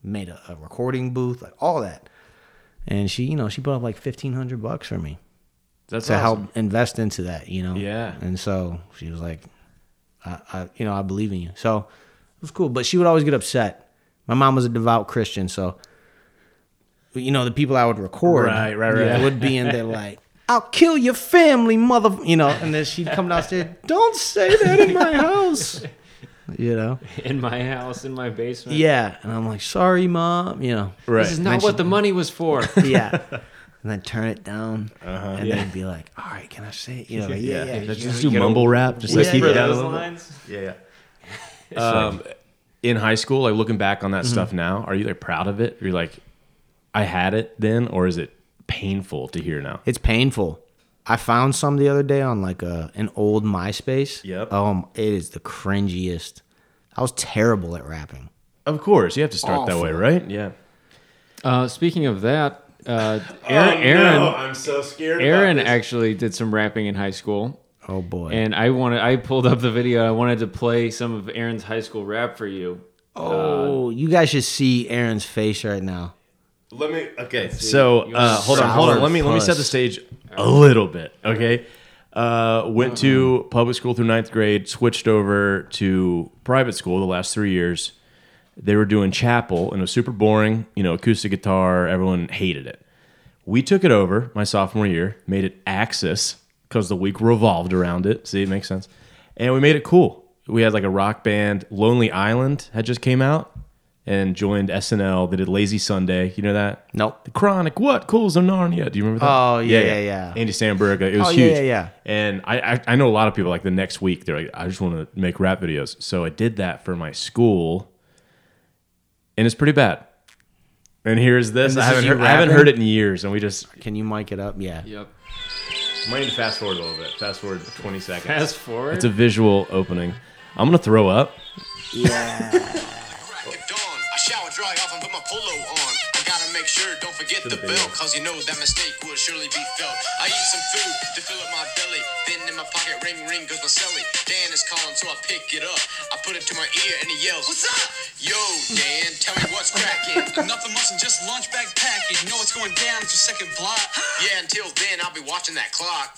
Speaker 4: made a, a recording booth, like all that. And she, you know, she put up like 1500 bucks for me
Speaker 2: That's
Speaker 4: to
Speaker 2: awesome.
Speaker 4: help invest into that, you know.
Speaker 2: Yeah.
Speaker 4: And so she was like, I, I you know, I believe in you. So it was cool. But she would always get upset. My mom was a devout Christian, so you know, the people I would record
Speaker 2: Right, right, right.
Speaker 4: would be in there like, I'll kill your family, mother you know, and then she'd come downstairs, Don't say that in my house. You know?
Speaker 3: In my house, in my basement.
Speaker 4: Yeah. And I'm like, sorry, mom, you know.
Speaker 2: Right.
Speaker 3: This is not what the money was for.
Speaker 4: yeah. And then turn it down, and then be like, "All right, can I say it?" You know, like, yeah, yeah,
Speaker 2: Let's just do mumble rap. Just like
Speaker 4: Yeah,
Speaker 2: keep
Speaker 4: yeah.
Speaker 2: it out a
Speaker 3: those
Speaker 2: little bit.
Speaker 3: lines.
Speaker 2: Yeah. yeah. Um, in high school, like looking back on that
Speaker 3: Mm-hmm.
Speaker 2: stuff now, are you like proud of it? You're like, I had it then, or is it painful to hear now?
Speaker 4: It's painful. I found some the other day on like a an old MySpace.
Speaker 2: Yep.
Speaker 4: Um, it is the cringiest. I was terrible at rapping.
Speaker 2: Of course, you have to start that way, right? Yeah.
Speaker 3: Uh, speaking of that, uh,
Speaker 4: Oh,
Speaker 3: Aaron, Aaron,
Speaker 2: Oh, I'm so scared.
Speaker 3: Aaron actually did some rapping in high school,
Speaker 4: Oh boy.
Speaker 3: and I wanted I pulled up the video. I wanted to play some of Aaron's high school rap for you.
Speaker 4: oh, you guys should see Aaron's face right now.
Speaker 2: Let me. Okay. So uh, hold on,
Speaker 4: sour
Speaker 2: hold on. Let me let me set
Speaker 4: puss.
Speaker 2: the stage a little bit. Okay. Uh, went to public school through ninth grade. Switched over to private school the last three years. They were doing chapel and it was super boring. You know, acoustic guitar. Everyone hated it. We took it over my sophomore year, made it Axis because the week revolved around it. See, it makes sense. And we made it cool. We had like a rock band. Lonely Island had just came out and joined SNL. They did Lazy Sunday. You know that?
Speaker 4: Nope.
Speaker 2: The Chronic. What? Cools of Narnia. Do you remember that?
Speaker 4: Oh, yeah, yeah, yeah.
Speaker 2: Andy Samberg. It was
Speaker 4: Oh, yeah,
Speaker 2: huge.
Speaker 4: yeah, yeah.
Speaker 2: And I, I, I know a lot of people like the next week, they're like, I just want to make rap videos. So I did that for my school. And it's pretty bad. And here's this.
Speaker 4: And this
Speaker 2: I, haven't
Speaker 4: is you
Speaker 2: heard, I haven't
Speaker 4: rapping?
Speaker 2: heard it in years. And we just
Speaker 4: Can you mic it up? Yeah.
Speaker 3: Yep.
Speaker 2: I need to fast forward a little bit. Fast forward 20 seconds.
Speaker 3: Fast forward.
Speaker 2: it's a visual opening. I'm going to throw up.
Speaker 5: crack of dawn. I shower, dry off, and put my polo on. I got a make sure, don't forget the bill, cause you know that mistake will surely be felt. I eat some food to fill up my belly, then in my pocket, ring, ring goes my celly. Dan is calling, so I pick it up. I put it to my ear and he yells, What's up? Yo, Dan, tell me what's cracking.
Speaker 6: Nothing much and just lunch bag packing. You know what's going down. It's your second block.
Speaker 5: yeah, until then, I'll be watching that clock.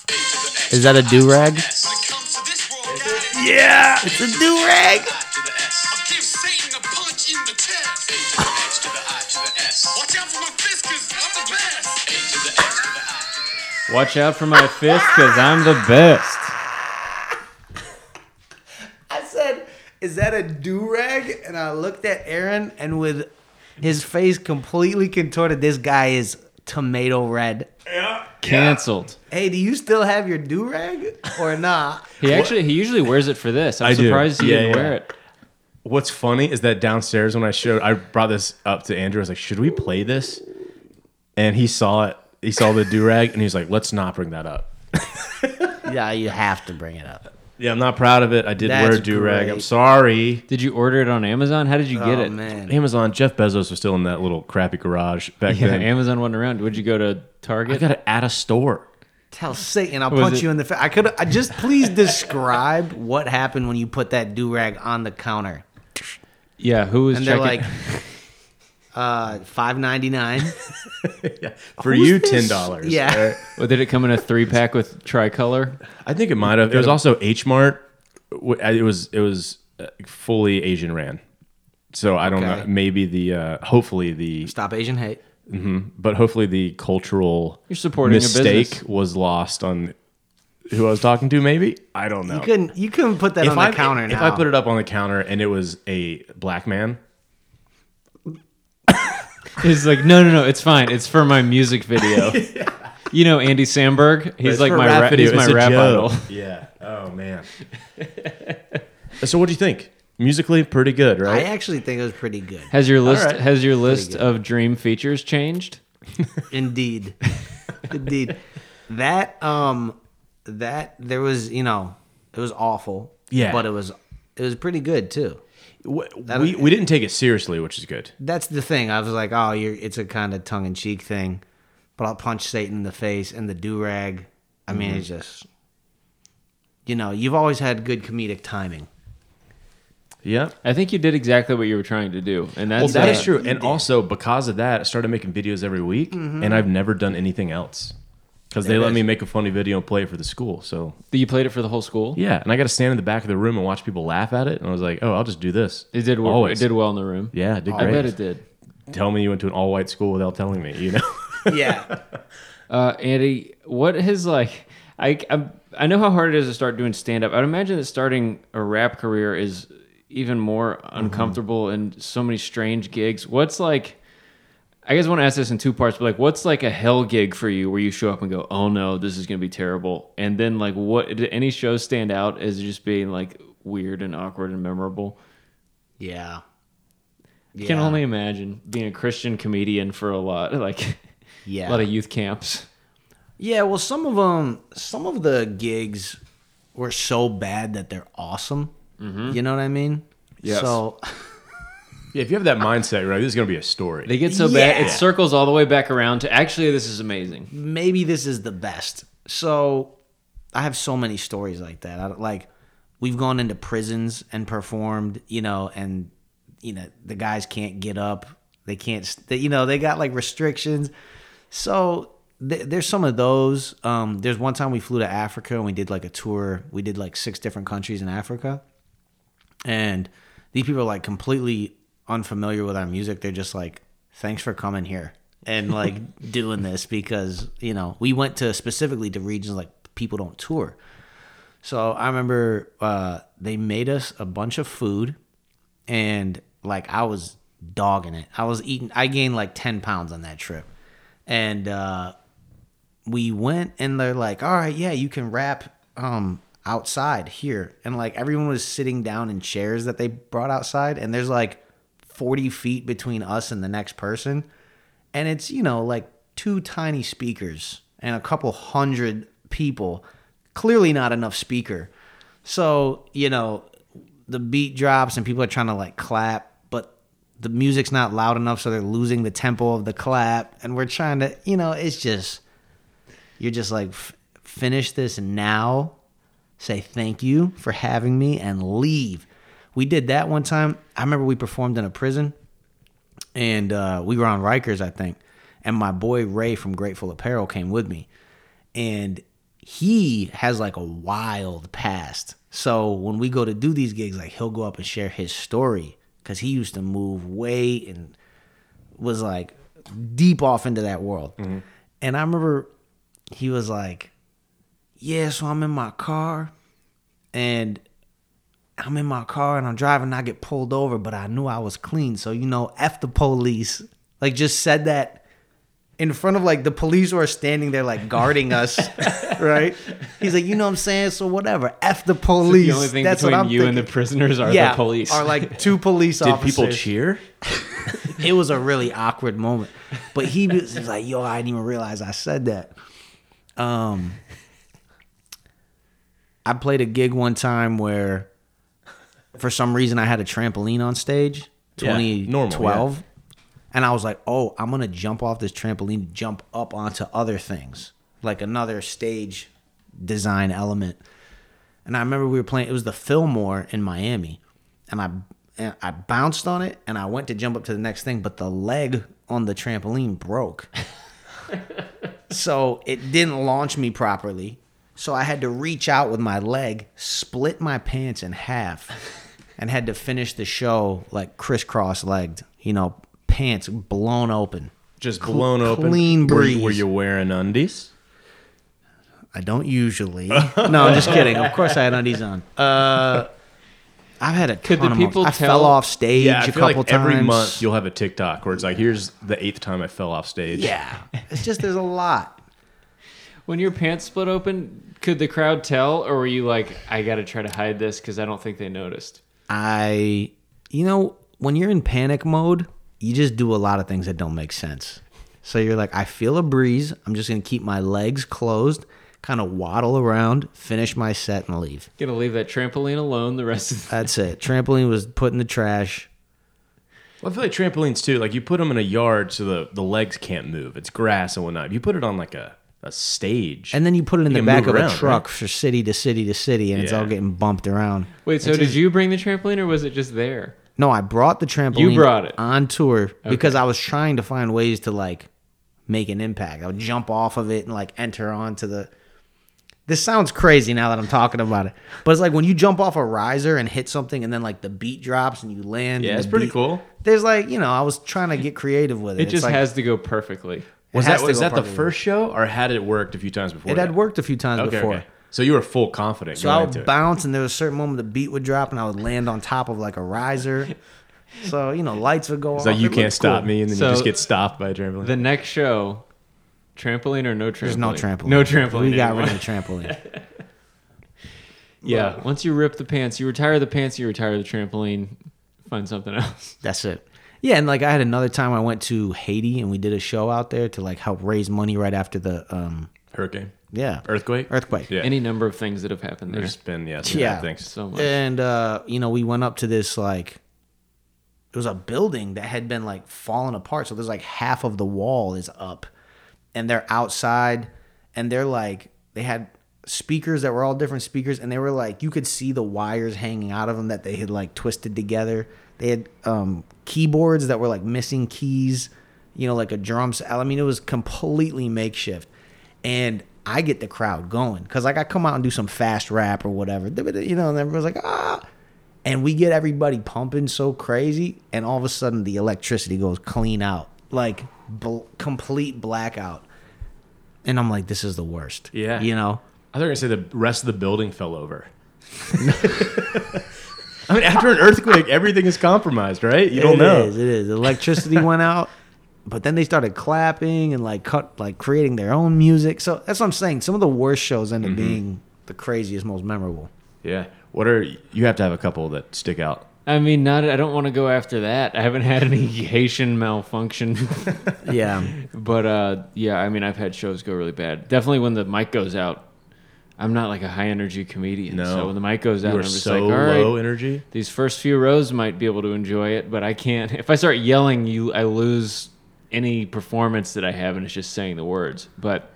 Speaker 4: Is that a do-rag?
Speaker 6: When it comes to this world, guys,
Speaker 2: Yeah.
Speaker 4: It's a do rag.
Speaker 6: give Satan a punch in the chest. Watch out for my fist, cause I'm the best.
Speaker 3: Watch out for my fist, cause I'm the best.
Speaker 4: I said, "Is that a do rag?" And I looked at Aaron, and with his face completely contorted, this guy is tomato red.
Speaker 3: Cancelled.
Speaker 4: Hey, do you still have your do rag or not?
Speaker 3: He actually he usually wears it for this. I'm
Speaker 2: I do.
Speaker 3: surprised he
Speaker 2: Yeah,
Speaker 3: didn't
Speaker 2: yeah.
Speaker 3: wear it.
Speaker 2: What's funny is that downstairs when I showed, I brought this up to Andrew. I was like, "Should we play this?" And he saw it. He saw the do rag, and he was like, "Let's not bring that up."
Speaker 4: nah? Yeah, you have to bring it up.
Speaker 2: Yeah, I'm not proud of it. I did
Speaker 4: That's
Speaker 2: wear a do rag. I'm
Speaker 4: great.
Speaker 2: sorry.
Speaker 3: Did you order it on Amazon? How did you get
Speaker 4: oh
Speaker 3: it?
Speaker 4: man,
Speaker 2: Amazon. Jeff Bezos was still in that little crappy garage back
Speaker 3: Yeah,
Speaker 2: then.
Speaker 3: Amazon wasn't around. Would you go to
Speaker 2: I
Speaker 3: Target?
Speaker 2: got it at a store.
Speaker 4: tell Satan I'll
Speaker 3: Was
Speaker 4: punch
Speaker 3: it-
Speaker 4: you in the face. I could. I just please describe what happened when you put that do rag on the counter,
Speaker 3: yeah, who was
Speaker 4: and they're
Speaker 3: checking?
Speaker 4: like, uh, five ninety nine.
Speaker 2: For you,
Speaker 4: this?
Speaker 2: ten dollars.
Speaker 4: Yeah.
Speaker 3: Or did it come in a three pack with tricolor?
Speaker 2: I think it might have. It was also H Mart. W- It was it was uh, fully Asian ran. So I don't
Speaker 4: Okay.
Speaker 2: know. Maybe the uh, hopefully the
Speaker 4: Stop Asian hate.
Speaker 2: but hopefully the cultural
Speaker 3: You're supporting a
Speaker 2: mistake
Speaker 3: business.
Speaker 2: was lost on who I was talking to. Maybe I don't know.
Speaker 4: You couldn't. You couldn't put that
Speaker 2: if
Speaker 4: on the
Speaker 2: I
Speaker 4: counter
Speaker 2: if
Speaker 4: now.
Speaker 2: I put it up on the counter and it was a black man,
Speaker 3: He's like, no, no, no, it's fine. It's for my music video. You know Andy Samberg? He's
Speaker 2: It's
Speaker 3: like
Speaker 2: for
Speaker 3: my
Speaker 2: rap
Speaker 3: rap,
Speaker 2: video.
Speaker 3: he's my
Speaker 2: It's a
Speaker 3: rap
Speaker 2: joke.
Speaker 3: idol.
Speaker 2: Yeah. Oh man. so what do you think? Musically, pretty good,
Speaker 4: I
Speaker 2: right?
Speaker 4: actually think it was pretty good.
Speaker 3: Has your list
Speaker 2: right.
Speaker 3: has your list of dream features changed?
Speaker 4: Indeed. Indeed. That um that there was, you know, it was awful.
Speaker 2: Yeah.
Speaker 4: But it was it was pretty good too.
Speaker 2: W- we, we didn't take it seriously, which is good.
Speaker 4: That's the thing. I was like, oh, you're it's a kind of tongue in cheek thing. But I'll punch Satan in the face and the do rag. I mean, it's just you know, you've always had good comedic timing.
Speaker 2: Yeah.
Speaker 3: I think you did exactly what you were trying to do. And that's
Speaker 2: Well, that is
Speaker 3: uh,
Speaker 2: true. And also because of that, I started making videos every week, and I've never done anything else because they let me make a funny video and play it for the school. So
Speaker 3: You played it for the whole school?
Speaker 2: yeah, and I got to stand in the back of the room and watch people laugh at it, and I was like, oh, I'll just do this.
Speaker 3: It did well. It
Speaker 2: Always.
Speaker 3: did well in the room.
Speaker 2: Yeah, it did
Speaker 3: I
Speaker 2: great.
Speaker 3: bet it did.
Speaker 2: Tell me you went to an all white school without telling me, you know?
Speaker 4: Yeah.
Speaker 3: Uh, Andy, what has like I I'm, I know how hard it is to start doing stand up. I'd imagine that starting a rap career is even more
Speaker 2: Mm-hmm.
Speaker 3: uncomfortable and so many strange gigs. What's like? I guess I want to ask this in two parts, but like, what's like a hell gig for you where you show up and go, "Oh no, this is gonna be terrible," and then like, what did any shows stand out as just being like weird and awkward and memorable?
Speaker 4: yeah.
Speaker 3: I can only imagine being a Christian comedian for a lot, like a
Speaker 4: yeah.
Speaker 3: lot of youth camps.
Speaker 4: Yeah, well, some of them, some of the gigs were so bad that they're awesome. You know what I mean?
Speaker 3: Yes.
Speaker 4: So
Speaker 2: yeah, if you have that mindset, you're like, this is going to be a story.
Speaker 3: They get so bad,
Speaker 4: Yeah.
Speaker 3: it circles all the way back around to actually, this is amazing.
Speaker 4: maybe this is the best. So I have so many stories like that. I, don't- like we've gone into prisons and performed, you know, and you know the guys can't get up. They can't. s- They, you know, they got like restrictions. So th- there's some of those. Um, there's one time we flew to Africa and we did like a tour. We did like six different countries in Africa. and these people are like completely unfamiliar with our music they're just like thanks for coming here and like doing this because you know we went to specifically to regions like people don't tour so i remember uh, they made us a bunch of food and like i was dogging it i was eating i gained like 10 pounds on that trip and uh we went and they're like, all right, yeah, you can rap um outside here. And like everyone was sitting down in chairs that they brought outside, and there's like 40 feet between us and the next person. And it's, you know, like two tiny speakers and a couple hundred people. Clearly not enough speaker. So, you know, the beat drops and people are trying to like clap, but the music's not loud enough, so they're losing the tempo of the clap. And we're trying to, you know, it's just, you're just like, "F- finish this now, say thank you for having me, and leave. We did that one time. I remember we performed in a prison, and uh, we were on Rikers, I think. And my boy Ray from Grateful Apparel came with me, and he has like a wild past. So when we go to do these gigs, like he'll go up and share his story because he used to move way and was like deep off into that world.
Speaker 3: Mm-hmm.
Speaker 4: And I remember he was like, Yeah, so I'm in my car and I'm in my car and I'm driving and I get pulled over, but I knew I was clean. So, you know, F the police. Like, just said that in front of like the police who are standing there, like guarding us, right? He's like, You know what I'm saying? So, whatever. F the police.
Speaker 3: The only thing
Speaker 4: That's what
Speaker 3: between
Speaker 4: I'm
Speaker 3: you and the
Speaker 4: thinking.
Speaker 3: prisoners are the police.
Speaker 4: Are like two police
Speaker 2: Did
Speaker 4: officers.
Speaker 2: people cheer?
Speaker 4: It was a really awkward moment. But he was, he was like, yo, I didn't even realize I said that. Um, I played a gig one time where, for some reason, I had a trampoline on stage,
Speaker 2: Yeah, normal,
Speaker 4: 2012. And I was like, oh, I'm going to jump off this trampoline, jump up onto other things, like another stage design element. And I remember we were playing, it was the Fillmore in Miami. And I and I bounced on it and I went to jump up to the next thing, but the leg on the trampoline broke. so it didn't launch me properly. So I had to reach out with my leg, split my pants in half, and had to finish the show like crisscross legged, you know, pants blown open.
Speaker 2: Just blown open.
Speaker 4: clean
Speaker 2: Were you- Were
Speaker 4: breeze.
Speaker 2: you wearing undies?
Speaker 4: I don't usually. no, I'm just kidding. Of course, I had undies on. Uh, I've had a
Speaker 3: Could the
Speaker 4: ton of moments.
Speaker 3: people
Speaker 4: I
Speaker 3: tell-
Speaker 4: fell off stage
Speaker 2: Yeah, I
Speaker 4: a
Speaker 2: feel
Speaker 4: couple
Speaker 2: like
Speaker 4: times.
Speaker 2: every month you'll have a TikTok where it's like, here's the eighth time I fell off stage.
Speaker 4: yeah, it's just there's a lot.
Speaker 3: When your pants split open, could the crowd tell, or were you like, I got to try to hide this because I don't think they noticed?
Speaker 4: I, you know, when you're in panic mode, you just do a lot of things that don't make sense. So you're like, I feel a breeze. I'm just gonna keep my legs closed, kind of waddle around, finish my set, and leave.
Speaker 3: Gonna leave that trampoline alone the rest of the
Speaker 4: That's it. Trampoline was put in the trash.
Speaker 2: Well, I feel like trampolines too. Like you put them in a yard so the, the legs can't move. It's grass and whatnot. If you put it on like a, a stage,
Speaker 4: And then you put it in
Speaker 2: You
Speaker 4: the
Speaker 2: can
Speaker 4: back
Speaker 2: move
Speaker 4: of
Speaker 2: around,
Speaker 4: a truck for city to city to city, and it's
Speaker 2: Yeah.
Speaker 4: all getting bumped around.
Speaker 3: Wait, so did you bring the trampoline, or was it just there?
Speaker 4: No, I brought the trampoline.
Speaker 3: You brought it.
Speaker 4: on tour because I was trying to find ways to like make an impact. I would jump off of it and like enter onto the. This sounds crazy now that I'm talking about it, but it's like when you jump off a riser and hit something, and then like the beat drops and you land.
Speaker 2: yeah,
Speaker 4: and
Speaker 2: it's
Speaker 4: the
Speaker 2: pretty
Speaker 4: beat-
Speaker 2: cool.
Speaker 4: There's like you know I was trying to get creative with it.
Speaker 3: It
Speaker 4: It's
Speaker 3: just
Speaker 4: like-
Speaker 3: has to go perfectly.
Speaker 2: Was
Speaker 4: has
Speaker 2: that
Speaker 4: to
Speaker 2: was
Speaker 4: go
Speaker 2: that the
Speaker 4: perfectly.
Speaker 2: first show or had it worked a few times before?
Speaker 4: It
Speaker 2: that?
Speaker 4: had worked a few times
Speaker 2: Okay,
Speaker 4: before.
Speaker 2: okay. So you were full confident.
Speaker 4: So
Speaker 2: going
Speaker 4: I
Speaker 2: into it.
Speaker 4: would bounce, and there was a certain moment the beat would drop, and I would land on top of like a riser. So you know, lights would go
Speaker 2: It's
Speaker 4: off.
Speaker 2: like you
Speaker 4: It
Speaker 2: can't
Speaker 4: looked
Speaker 2: stop
Speaker 4: cool.
Speaker 2: me, and then
Speaker 3: So-
Speaker 2: you just get stopped by a trampoline.
Speaker 3: The next show, trampoline or no trampoline?
Speaker 4: There's no trampoline.
Speaker 3: No trampoline.
Speaker 4: We got
Speaker 3: anymore.
Speaker 4: rid of the trampoline.
Speaker 3: Yeah, once you rip the pants, you retire the pants, you retire the trampoline, find something else.
Speaker 4: That's it. Yeah, and like I had another time I went to Haiti and we did a show out there to like help raise money right after the um
Speaker 2: Hurricane,
Speaker 4: yeah
Speaker 2: earthquake,
Speaker 4: earthquake.
Speaker 2: Yeah,
Speaker 3: Any number of things that have happened there.
Speaker 2: there's been yeah,
Speaker 4: Yeah.
Speaker 2: yeah, thanks.
Speaker 3: So much.
Speaker 4: And uh, you know, we went up to this like it was a building that had been like falling apart. So there's like half of the wall is up. And they're outside and they're like they had speakers that were all different speakers and they were like you could see the wires hanging out of them that they had like twisted together. They had um keyboards that were like missing keys, you know, like a drum set. I mean, it was completely makeshift and I get the crowd going because like I come out and do some fast rap or whatever, you know, and everyone's like ah, and we get everybody pumping so crazy, and all of a sudden the electricity goes clean out, like bl- complete blackout, and I'm like, this is the worst,
Speaker 2: Yeah.
Speaker 4: you know.
Speaker 2: I thought you were gonna say the rest of the building fell over. I mean, after an earthquake, everything is compromised, right? You don't
Speaker 4: It
Speaker 2: know.
Speaker 4: is, it is. Electricity went out, but then they started clapping and like cut, like creating their own music. So that's what I'm saying. Some of the worst shows end up being the craziest, most memorable.
Speaker 2: Yeah. What are you have to have a couple that stick out?
Speaker 3: I mean, not. I don't want to go after that. I haven't had any Haitian malfunction,
Speaker 4: Yeah.
Speaker 3: but uh, yeah. I mean, I've had shows go really bad. Definitely when the mic goes out. I'm not like a high energy comedian.
Speaker 2: No.
Speaker 3: So when the mic goes
Speaker 2: You
Speaker 3: out,
Speaker 2: are
Speaker 3: I'm just
Speaker 2: so
Speaker 3: like, all right,
Speaker 2: low energy.
Speaker 3: these first few rows might be able to enjoy it, but I can't. If I start yelling, you, I lose any performance that I have, and it's just saying the words. But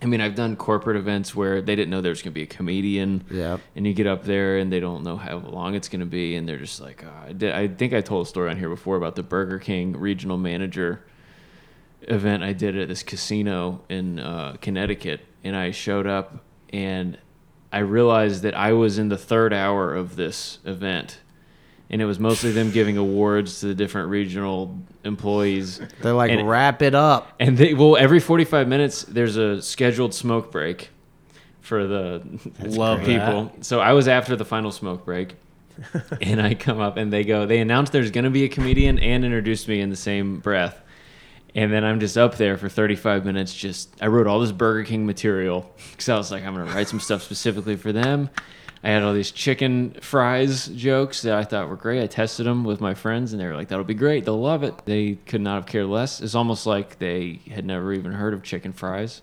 Speaker 3: I mean, I've done corporate events where they didn't know there was going to be a comedian.
Speaker 4: Yeah.
Speaker 3: And you get up there, and they don't know how long it's going to be, and they're just like, oh, I, did, I think I told a story on here before about the Burger King regional manager event I did at this casino in uh, Connecticut, and I showed up and I realized that I was in the third hour of this event, and it was mostly them giving awards to the different regional employees.
Speaker 4: They're like,
Speaker 3: And-
Speaker 4: wrap it up.
Speaker 3: And they well, every forty-five minutes, there's a scheduled smoke break for the love
Speaker 2: great.
Speaker 3: people. So I was after the final smoke break, and I come up and they go, they announce there's going to be a comedian and introduced me in the same breath. And then I'm just up there for 35 minutes. Just I wrote all this Burger King material because I was like, I'm gonna write some stuff specifically for them. I had all these chicken fries jokes that I thought were great. I tested them with my friends, and they were like, "That'll be great. They'll love it." They could not have cared less. It's almost like they had never even heard of chicken fries.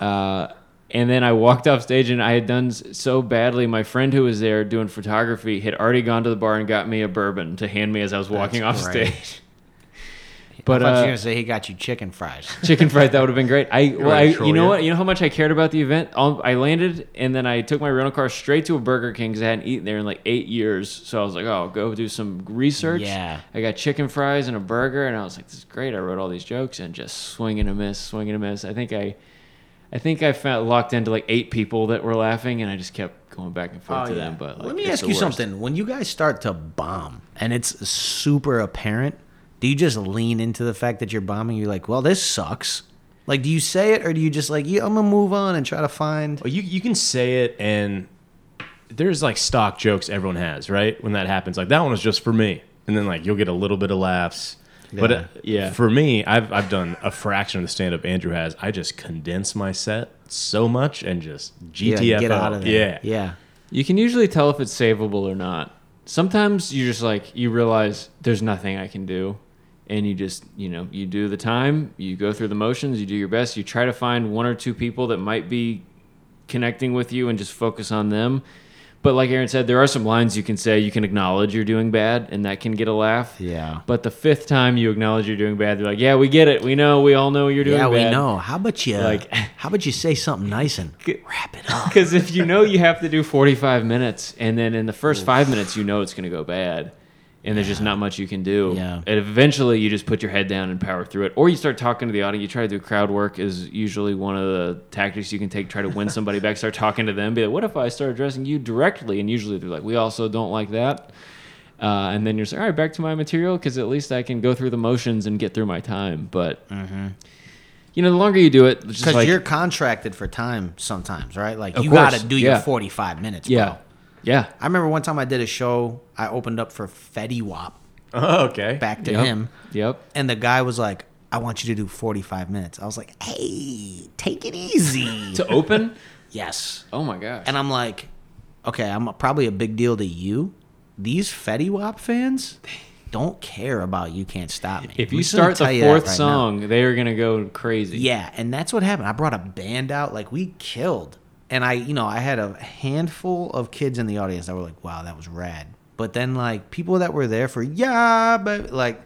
Speaker 3: Uh, And then I walked off stage and I had done s- so badly. My friend who was there doing photography had already gone to the bar and got me a bourbon to hand me as I was walking
Speaker 4: That's
Speaker 3: off
Speaker 4: great.
Speaker 3: stage. But
Speaker 4: I thought you were
Speaker 3: uh,
Speaker 4: gonna say he got you chicken fries.
Speaker 3: chicken fries that would have been great. I well,
Speaker 2: right,
Speaker 3: I,
Speaker 2: sure,
Speaker 3: you know
Speaker 2: yeah.
Speaker 3: what? You know how much I cared about the event. All, I landed and then I took my rental car straight to a Burger King because I hadn't eaten there in like eight years. So I was like, oh, I'll go do some research.
Speaker 4: Yeah.
Speaker 3: I got chicken fries and a burger, and I was like, this is great. I wrote all these jokes and just swing and a miss, swing and a miss. I think I. I think I found, locked into like eight people that were laughing, and I just kept going back and forth to them. But like,
Speaker 4: Oh, let me
Speaker 3: it's
Speaker 4: ask
Speaker 3: the
Speaker 4: you
Speaker 3: worst.
Speaker 4: something. When you guys start to bomb and it's super apparent, do you just lean into the fact that you're bombing? You're like, well, this sucks. Like, do you say it or do you just like, yeah, I'm gonna move on and try to find?
Speaker 2: Well, you you can say it, and there's like stock jokes everyone has, right? When that happens, like that one was just for me, and then like you'll get a little bit of laughs. But uh,
Speaker 3: Yeah.
Speaker 2: for me, I've I've done a fraction of the stand up Andrew has. I just condense my set so much and just
Speaker 4: Yeah,
Speaker 2: GTF
Speaker 3: E
Speaker 4: get out of
Speaker 2: Yeah.
Speaker 4: there. yeah.
Speaker 3: You can usually tell if it's savable or not. Sometimes you just like you realize there's nothing I can do and you just, you know, you do the time, you go through the motions, you do your best, you try to find one or two people that might be connecting with you and just focus on them. But like Aaron said, there are some lines you can say, you can acknowledge you're doing bad and that can get a laugh.
Speaker 4: Yeah.
Speaker 3: But the fifth time you acknowledge you're doing bad, they're like, "Yeah, we get it. We know. We all know you're doing
Speaker 4: Yeah,
Speaker 3: bad."
Speaker 4: we know. How about you?
Speaker 3: Like-
Speaker 4: Like, how about you say something nice and wrap it up?
Speaker 3: Because if you know you have to do 45 minutes, and then in the first five minutes, you know it's going to go bad, and there's just not much you can do.
Speaker 4: Yeah.
Speaker 3: And eventually, you just put your head down and power through it. Or you start talking to the audience. You try to do crowd work, is usually one of the tactics you can take. Try to win somebody back, start talking to them. Be like, what if I start addressing you directly? And usually, they're like, we also don't like that. Uh, and then you're just like, all right, back to my material because at least I can go through the motions and get through my time. But,
Speaker 4: Mm-hmm.
Speaker 3: you know, the longer you do it, it's just
Speaker 4: Because
Speaker 3: like,
Speaker 4: you're contracted for time sometimes, right? Like,
Speaker 3: Of
Speaker 4: you
Speaker 3: course,
Speaker 4: got to do
Speaker 3: yeah.
Speaker 4: your 45 minutes, bro.
Speaker 3: yeah, yeah.
Speaker 4: I remember one time I did a show. I opened up for Fetty Wap.
Speaker 2: Oh, okay.
Speaker 4: Back to
Speaker 3: Yep.
Speaker 4: him.
Speaker 3: Yep.
Speaker 4: And the guy was like, I want you to do 45 minutes. I was like, hey, take it easy.
Speaker 3: to open.
Speaker 4: yes.
Speaker 3: Oh my gosh.
Speaker 4: And I'm like, okay, I'm probably a big deal to you. These Fetty Wap fans don't care about You Can't Stop Me.
Speaker 3: if
Speaker 4: I'm
Speaker 3: you
Speaker 4: just gonna
Speaker 3: start the
Speaker 4: tell you that
Speaker 3: fourth
Speaker 4: right now.
Speaker 3: song, they are gonna go crazy.
Speaker 4: Yeah, and that's what happened. I brought a band out, like we killed. And I, you know, I had a handful of kids in the audience that were like, "Wow, that was rad." But then like people that were there for yeah, but like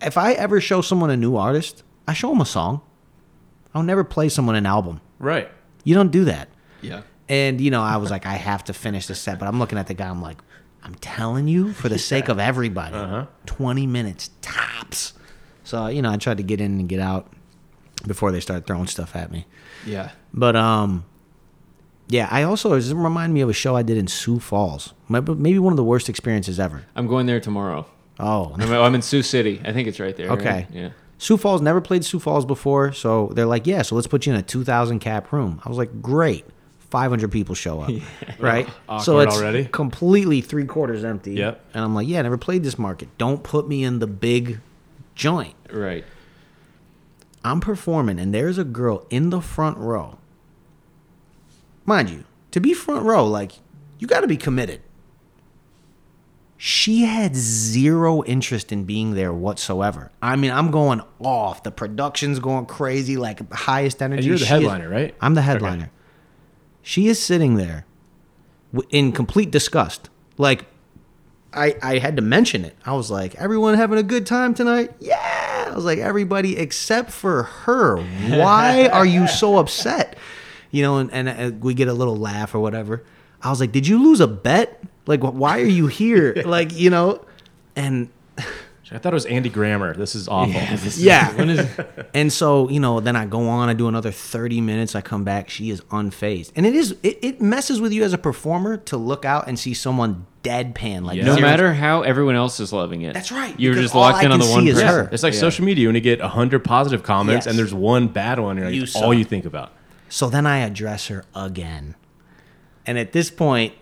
Speaker 4: if I ever show someone a new artist, I show them a song. I'll never play someone an album.
Speaker 2: Right.
Speaker 4: You don't do that.
Speaker 3: yeah.
Speaker 4: And you know, I was like, I have to finish the set, but I'm looking at the guy. I'm like, I'm telling you, for the sake of everybody, 20 minutes tops. So you know, I tried to get in and get out before they started throwing stuff at me.
Speaker 3: Yeah.
Speaker 4: But um, yeah, I also it just remind me of a show I did in Sioux Falls. Maybe maybe one of the worst experiences ever.
Speaker 3: I'm going there tomorrow.
Speaker 4: Oh,
Speaker 3: I'm, I'm in Sioux City. I think it's right there. right?
Speaker 4: Okay.
Speaker 3: Yeah.
Speaker 4: Sioux Falls never played Sioux Falls before, so they're like, yeah, so let's put you in a 2,000 cap room. I was like, great. 500 people show up, right? so
Speaker 2: Awkward
Speaker 4: it's
Speaker 2: already.
Speaker 4: completely three quarters empty.
Speaker 2: Yep.
Speaker 4: And I'm like, yeah, I never played this market. Don't put me in the big joint.
Speaker 3: Right.
Speaker 4: I'm performing, and there's a girl in the front row. Mind you, to be front row, like, you got to be committed. She had zero interest in being there whatsoever. I mean, I'm going off. The production's going crazy, like highest energy.
Speaker 2: you're the
Speaker 4: She is-
Speaker 2: headliner, right?
Speaker 4: I'm the headliner. She is sitting there w- in complete disgust. Like, I, I had to mention it. I was like, everyone having a good time tonight? Yeah. I was like, everybody except for her. Why are you so upset? You know, and, and uh, we get a little laugh or whatever. I was like, did you lose a bet? Like, wh- why are you here? Like, you know, and
Speaker 2: I thought it was Andy Grammer. This is awful.
Speaker 4: yeah.
Speaker 3: When is
Speaker 4: And so, you know, then I go on, I do another 30 minutes, I come back, she is unfazed. And it is it, it messes with you as a performer to look out and see someone deadpan like
Speaker 3: no
Speaker 4: zero-
Speaker 3: matter how everyone else is loving it.
Speaker 4: That's right,
Speaker 3: You're
Speaker 4: because
Speaker 3: just
Speaker 4: all
Speaker 3: locked
Speaker 4: I
Speaker 3: in on
Speaker 4: can
Speaker 3: the
Speaker 4: see
Speaker 3: one
Speaker 4: is
Speaker 3: person.
Speaker 4: her.
Speaker 2: It's like social media when you get 100 positive comments
Speaker 4: Yes.
Speaker 2: and there's one bad one. You're like,
Speaker 4: You
Speaker 2: it's all
Speaker 4: suck.
Speaker 2: you think about.
Speaker 4: So then I address her again. And at this point,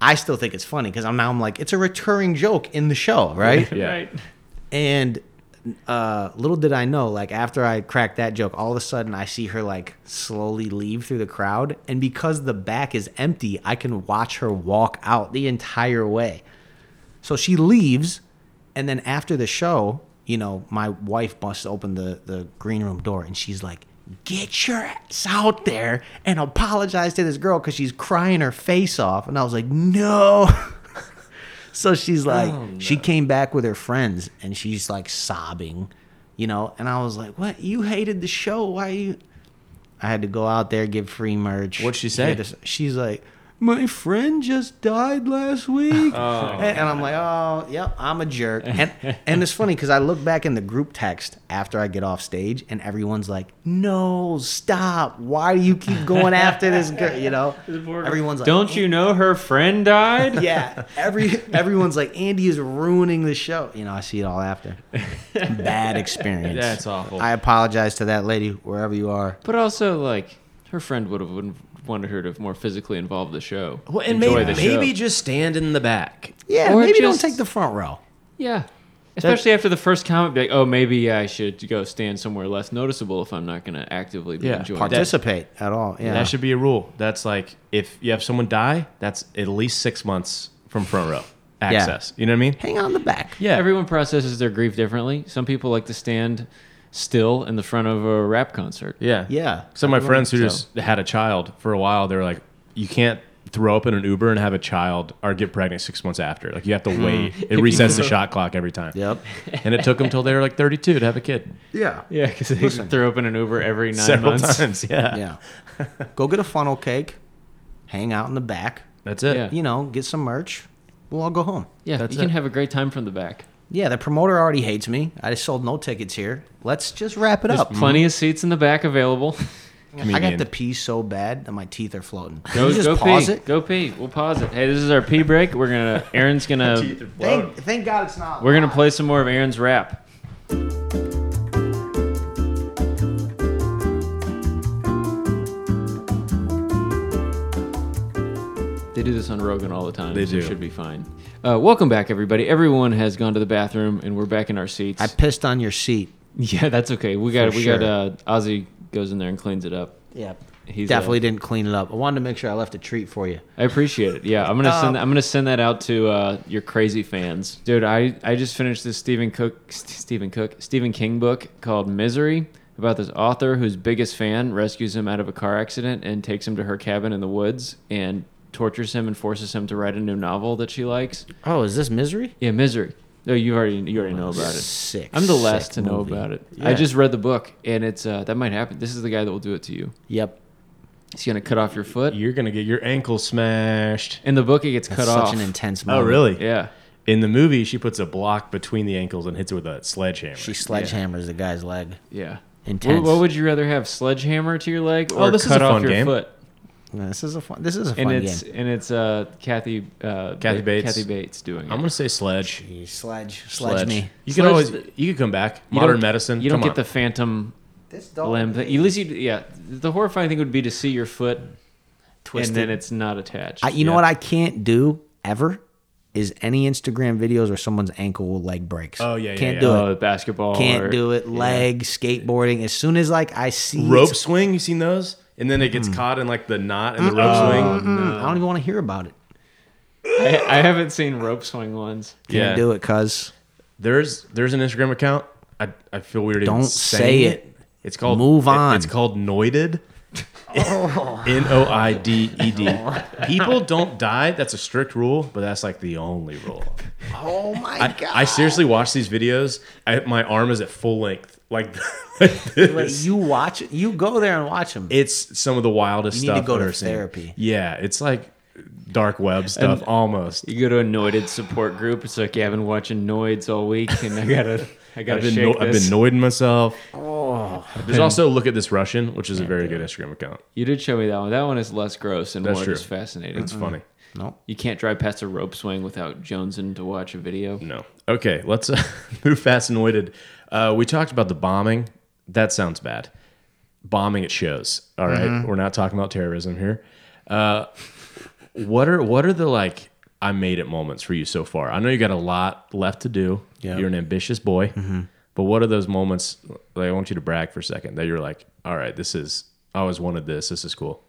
Speaker 4: I still think it's funny because I'm now I'm like, it's a recurring joke in the show, right?
Speaker 2: Yeah.
Speaker 4: and uh, little did I know, like after I cracked that joke, all of a sudden I see her like slowly leave through the crowd, and because the back is empty, I can watch her walk out the entire way. So she leaves, and then after the show, you know, my wife busts open the the green room door, and she's like. Get your ass out there and apologize to this girl because she's crying her face off. And I was like, no. So she's
Speaker 2: Oh,
Speaker 4: like, she came back with her friends and she's like sobbing, you know. And I was like, what? You hated the show? Why you? I had to go out there give free merch.
Speaker 2: What'd she
Speaker 4: I had
Speaker 2: say?
Speaker 4: to- she's like, my friend just died last week, and, and I'm like, oh, yep, I'm a jerk. And and it's funny because I look back in the group text after I get off stage, and everyone's like, no, stop! Why do you keep going after this girl? You know, everyone's like,
Speaker 3: Don't you know her friend died?
Speaker 4: yeah, every everyone's like Andy is ruining the show. You know, I see it all after. Bad experience.
Speaker 2: That's awful.
Speaker 4: I apologize to that lady wherever you are.
Speaker 3: But also, like, her friend would have wanted her to more physically involve the show.
Speaker 2: Well, and
Speaker 3: Enjoy
Speaker 2: maybe,
Speaker 3: the show.
Speaker 2: maybe just stand in the back.
Speaker 4: Yeah,
Speaker 3: Or
Speaker 4: maybe
Speaker 3: just-
Speaker 4: don't take the front row.
Speaker 3: Yeah. Especially after the first comment, be like, oh, maybe I should go stand somewhere less noticeable if I'm not going to actively be
Speaker 2: Yeah,
Speaker 3: enjoying
Speaker 2: part-
Speaker 3: it.
Speaker 4: Participate at all. Yeah.
Speaker 2: That should be a rule. That's like if you have someone die, that's at least six months from front row access. You know what I mean?
Speaker 4: Hang on the back.
Speaker 2: Yeah.
Speaker 3: Everyone processes their grief differently. Some people like to stand still in the front of a rap concert.
Speaker 2: yeah.
Speaker 4: Yeah.
Speaker 2: Some of my friends who
Speaker 3: so.
Speaker 2: just had a child for a while, they were like, you can't throw up in an Uber and have a child or get pregnant six months after. Like you have to wait. It resets the shot clock every time.
Speaker 4: Yep.
Speaker 2: And it took them till they were like 32 to have a kid.
Speaker 4: Yeah.
Speaker 3: Yeah, because they throw open an Uber every nine
Speaker 2: Several
Speaker 3: months.
Speaker 2: times. Yeah.
Speaker 4: Yeah. Go get a funnel cake. Hang out in the back.
Speaker 2: That's it.
Speaker 3: Yeah.
Speaker 4: You know, get some merch. We'll all go home.
Speaker 3: Yeah,
Speaker 2: That's
Speaker 3: you can
Speaker 2: it.
Speaker 3: have a great time from the back.
Speaker 4: Yeah, the promoter already hates me. I just sold no tickets here. Let's just wrap it
Speaker 3: There's
Speaker 4: up.
Speaker 3: plenty of seats in the back available.
Speaker 4: I got
Speaker 2: Comedian.
Speaker 4: to pee so bad that my teeth are floating. Can
Speaker 3: Go,
Speaker 4: you just
Speaker 3: go
Speaker 4: pause
Speaker 3: pee.
Speaker 4: it?
Speaker 3: Go pee. We'll pause it. Hey, this is our pee break. We're gonna. Aaron's gonna.
Speaker 4: Thank, thank God it's not.
Speaker 3: we're gonna play some more of Aaron's rap. They do this on Rogan all the time.
Speaker 2: They
Speaker 3: so it
Speaker 2: do.
Speaker 3: should be fine. Uh, welcome back, everybody. Everyone has gone to the bathroom, and we're back in our seats.
Speaker 4: I pissed on your seat.
Speaker 3: yeah, that's okay. We got.
Speaker 4: For
Speaker 3: We got.
Speaker 4: sure.
Speaker 3: Uh, Ozzy goes in there and cleans it up.
Speaker 4: Yeah.
Speaker 3: He's, uh,
Speaker 4: Definitely didn't clean it up. I wanted to make sure I left a treat for you.
Speaker 3: I appreciate it. Yeah, I'm gonna
Speaker 4: Um,
Speaker 3: send. That, I'm gonna send that out to uh, your crazy fans, dude. I, I just finished this Stephen Cook, St- Stephen Cook, Stephen King book called Misery about this author whose biggest fan rescues him out of a car accident and takes him to her cabin in the woods and tortures him and forces him to write a new novel that she likes.
Speaker 4: Oh, is this misery?
Speaker 3: Yeah, Misery. No, you already you already know about it.
Speaker 4: Sick.
Speaker 3: I'm the last
Speaker 4: sick
Speaker 3: to know
Speaker 4: movie.
Speaker 3: about it. I just read the book and it's uh, that might happen. This is the guy that will do it to you.
Speaker 4: Yep.
Speaker 3: He's gonna cut off your foot.
Speaker 2: You're going to get your ankle smashed.
Speaker 3: In the book, it gets cut
Speaker 4: Such
Speaker 3: off.
Speaker 4: an intense
Speaker 2: Oh,
Speaker 4: moment.
Speaker 2: really?
Speaker 3: yeah.
Speaker 2: In the movie, she puts a block between the ankles and hits it with a sledgehammer.
Speaker 4: She sledgehammers the guy's leg.
Speaker 3: Yeah.
Speaker 4: Intense.
Speaker 3: What, what would you rather have, sledgehammer to your leg or
Speaker 2: Oh, this is
Speaker 3: cut
Speaker 2: a
Speaker 3: off
Speaker 2: fun
Speaker 3: your
Speaker 2: game.
Speaker 3: foot?
Speaker 4: No, This is a fun. This is a fun
Speaker 3: And it's
Speaker 4: game.
Speaker 3: and it's uh, Kathy uh,
Speaker 2: Kathy
Speaker 3: Ba-
Speaker 2: Bates.
Speaker 3: Kathy Bates doing it.
Speaker 2: I'm going to say sledge.
Speaker 4: You sledge, sledge, me.
Speaker 2: You
Speaker 3: Sledge
Speaker 2: can always
Speaker 3: the-
Speaker 2: you could come back.
Speaker 3: You
Speaker 2: Modern
Speaker 3: don't-
Speaker 2: medicine.
Speaker 3: You don't
Speaker 2: come
Speaker 3: get the phantom
Speaker 4: This dog
Speaker 3: limb. At least you, yeah. The horrifying thing would be to see your foot and then it's not attached.
Speaker 4: I, you know what I can't do ever is any Instagram videos where someone's ankle or leg breaks.
Speaker 2: Oh, yeah, yeah,
Speaker 4: Can't
Speaker 2: yeah.
Speaker 4: do
Speaker 3: uh,
Speaker 4: it.
Speaker 3: basketball.
Speaker 4: Can't
Speaker 3: or-
Speaker 4: do it. Leg skateboarding. As soon as like I see
Speaker 2: rope
Speaker 4: it's-
Speaker 2: swing. You seen
Speaker 4: Mm-hmm. mm,
Speaker 2: those? And then it gets caught in like the knot and the rope swing.
Speaker 4: I don't even want to hear about it.
Speaker 3: I, I haven't seen rope swing ones.
Speaker 4: Can't
Speaker 2: Yeah.
Speaker 4: do it, cuz.
Speaker 2: There's there's an Instagram account. I, I feel weird. even
Speaker 4: Don't
Speaker 2: saying
Speaker 4: say it.
Speaker 2: It's called
Speaker 4: Move
Speaker 2: it-
Speaker 4: on.
Speaker 2: it's called Noided. N O I D E D. People don't die. That's a strict rule, but that's like the only rule.
Speaker 4: Oh my god.
Speaker 2: I seriously watch these videos. I, my arm is at full length, like, like this.
Speaker 4: Like, you watch it. You go there and watch them.
Speaker 2: It's some of the wildest
Speaker 4: You need
Speaker 2: stuff.
Speaker 4: to go
Speaker 2: I've
Speaker 4: to
Speaker 2: ever seen.
Speaker 4: therapy.
Speaker 2: Yeah, it's like dark web stuff almost.
Speaker 3: You go to a Noided support group. It's like, yeah, I've been watching Noids all week, and I gotta, I gotta
Speaker 2: I've been,
Speaker 3: shake
Speaker 2: no- I've
Speaker 3: this.
Speaker 2: been annoying myself.
Speaker 4: Oh.
Speaker 2: There's also Look at This Russian, which is a very good Instagram account.
Speaker 3: you did show me that one. That one is less gross and
Speaker 2: That's
Speaker 3: more
Speaker 2: true.
Speaker 3: just fascinating.
Speaker 2: It's funny.
Speaker 4: no.
Speaker 3: You can't drive past a rope swing without jonesing to watch a video.
Speaker 2: No. Okay, let's uh, move fast and weighted. Uh, we talked about the bombing. That sounds bad. Bombing at shows. All right?
Speaker 4: Mm-hmm.
Speaker 2: we're not talking about terrorism here. Uh, what are what are the like I made it moments for you so far? I know you got a lot left to do.
Speaker 4: Yeah. Mm-hmm.
Speaker 2: You're an ambitious boy, but what are those moments? Like, I want you to brag for a second that you're like, all right, this is I always wanted this. This is cool.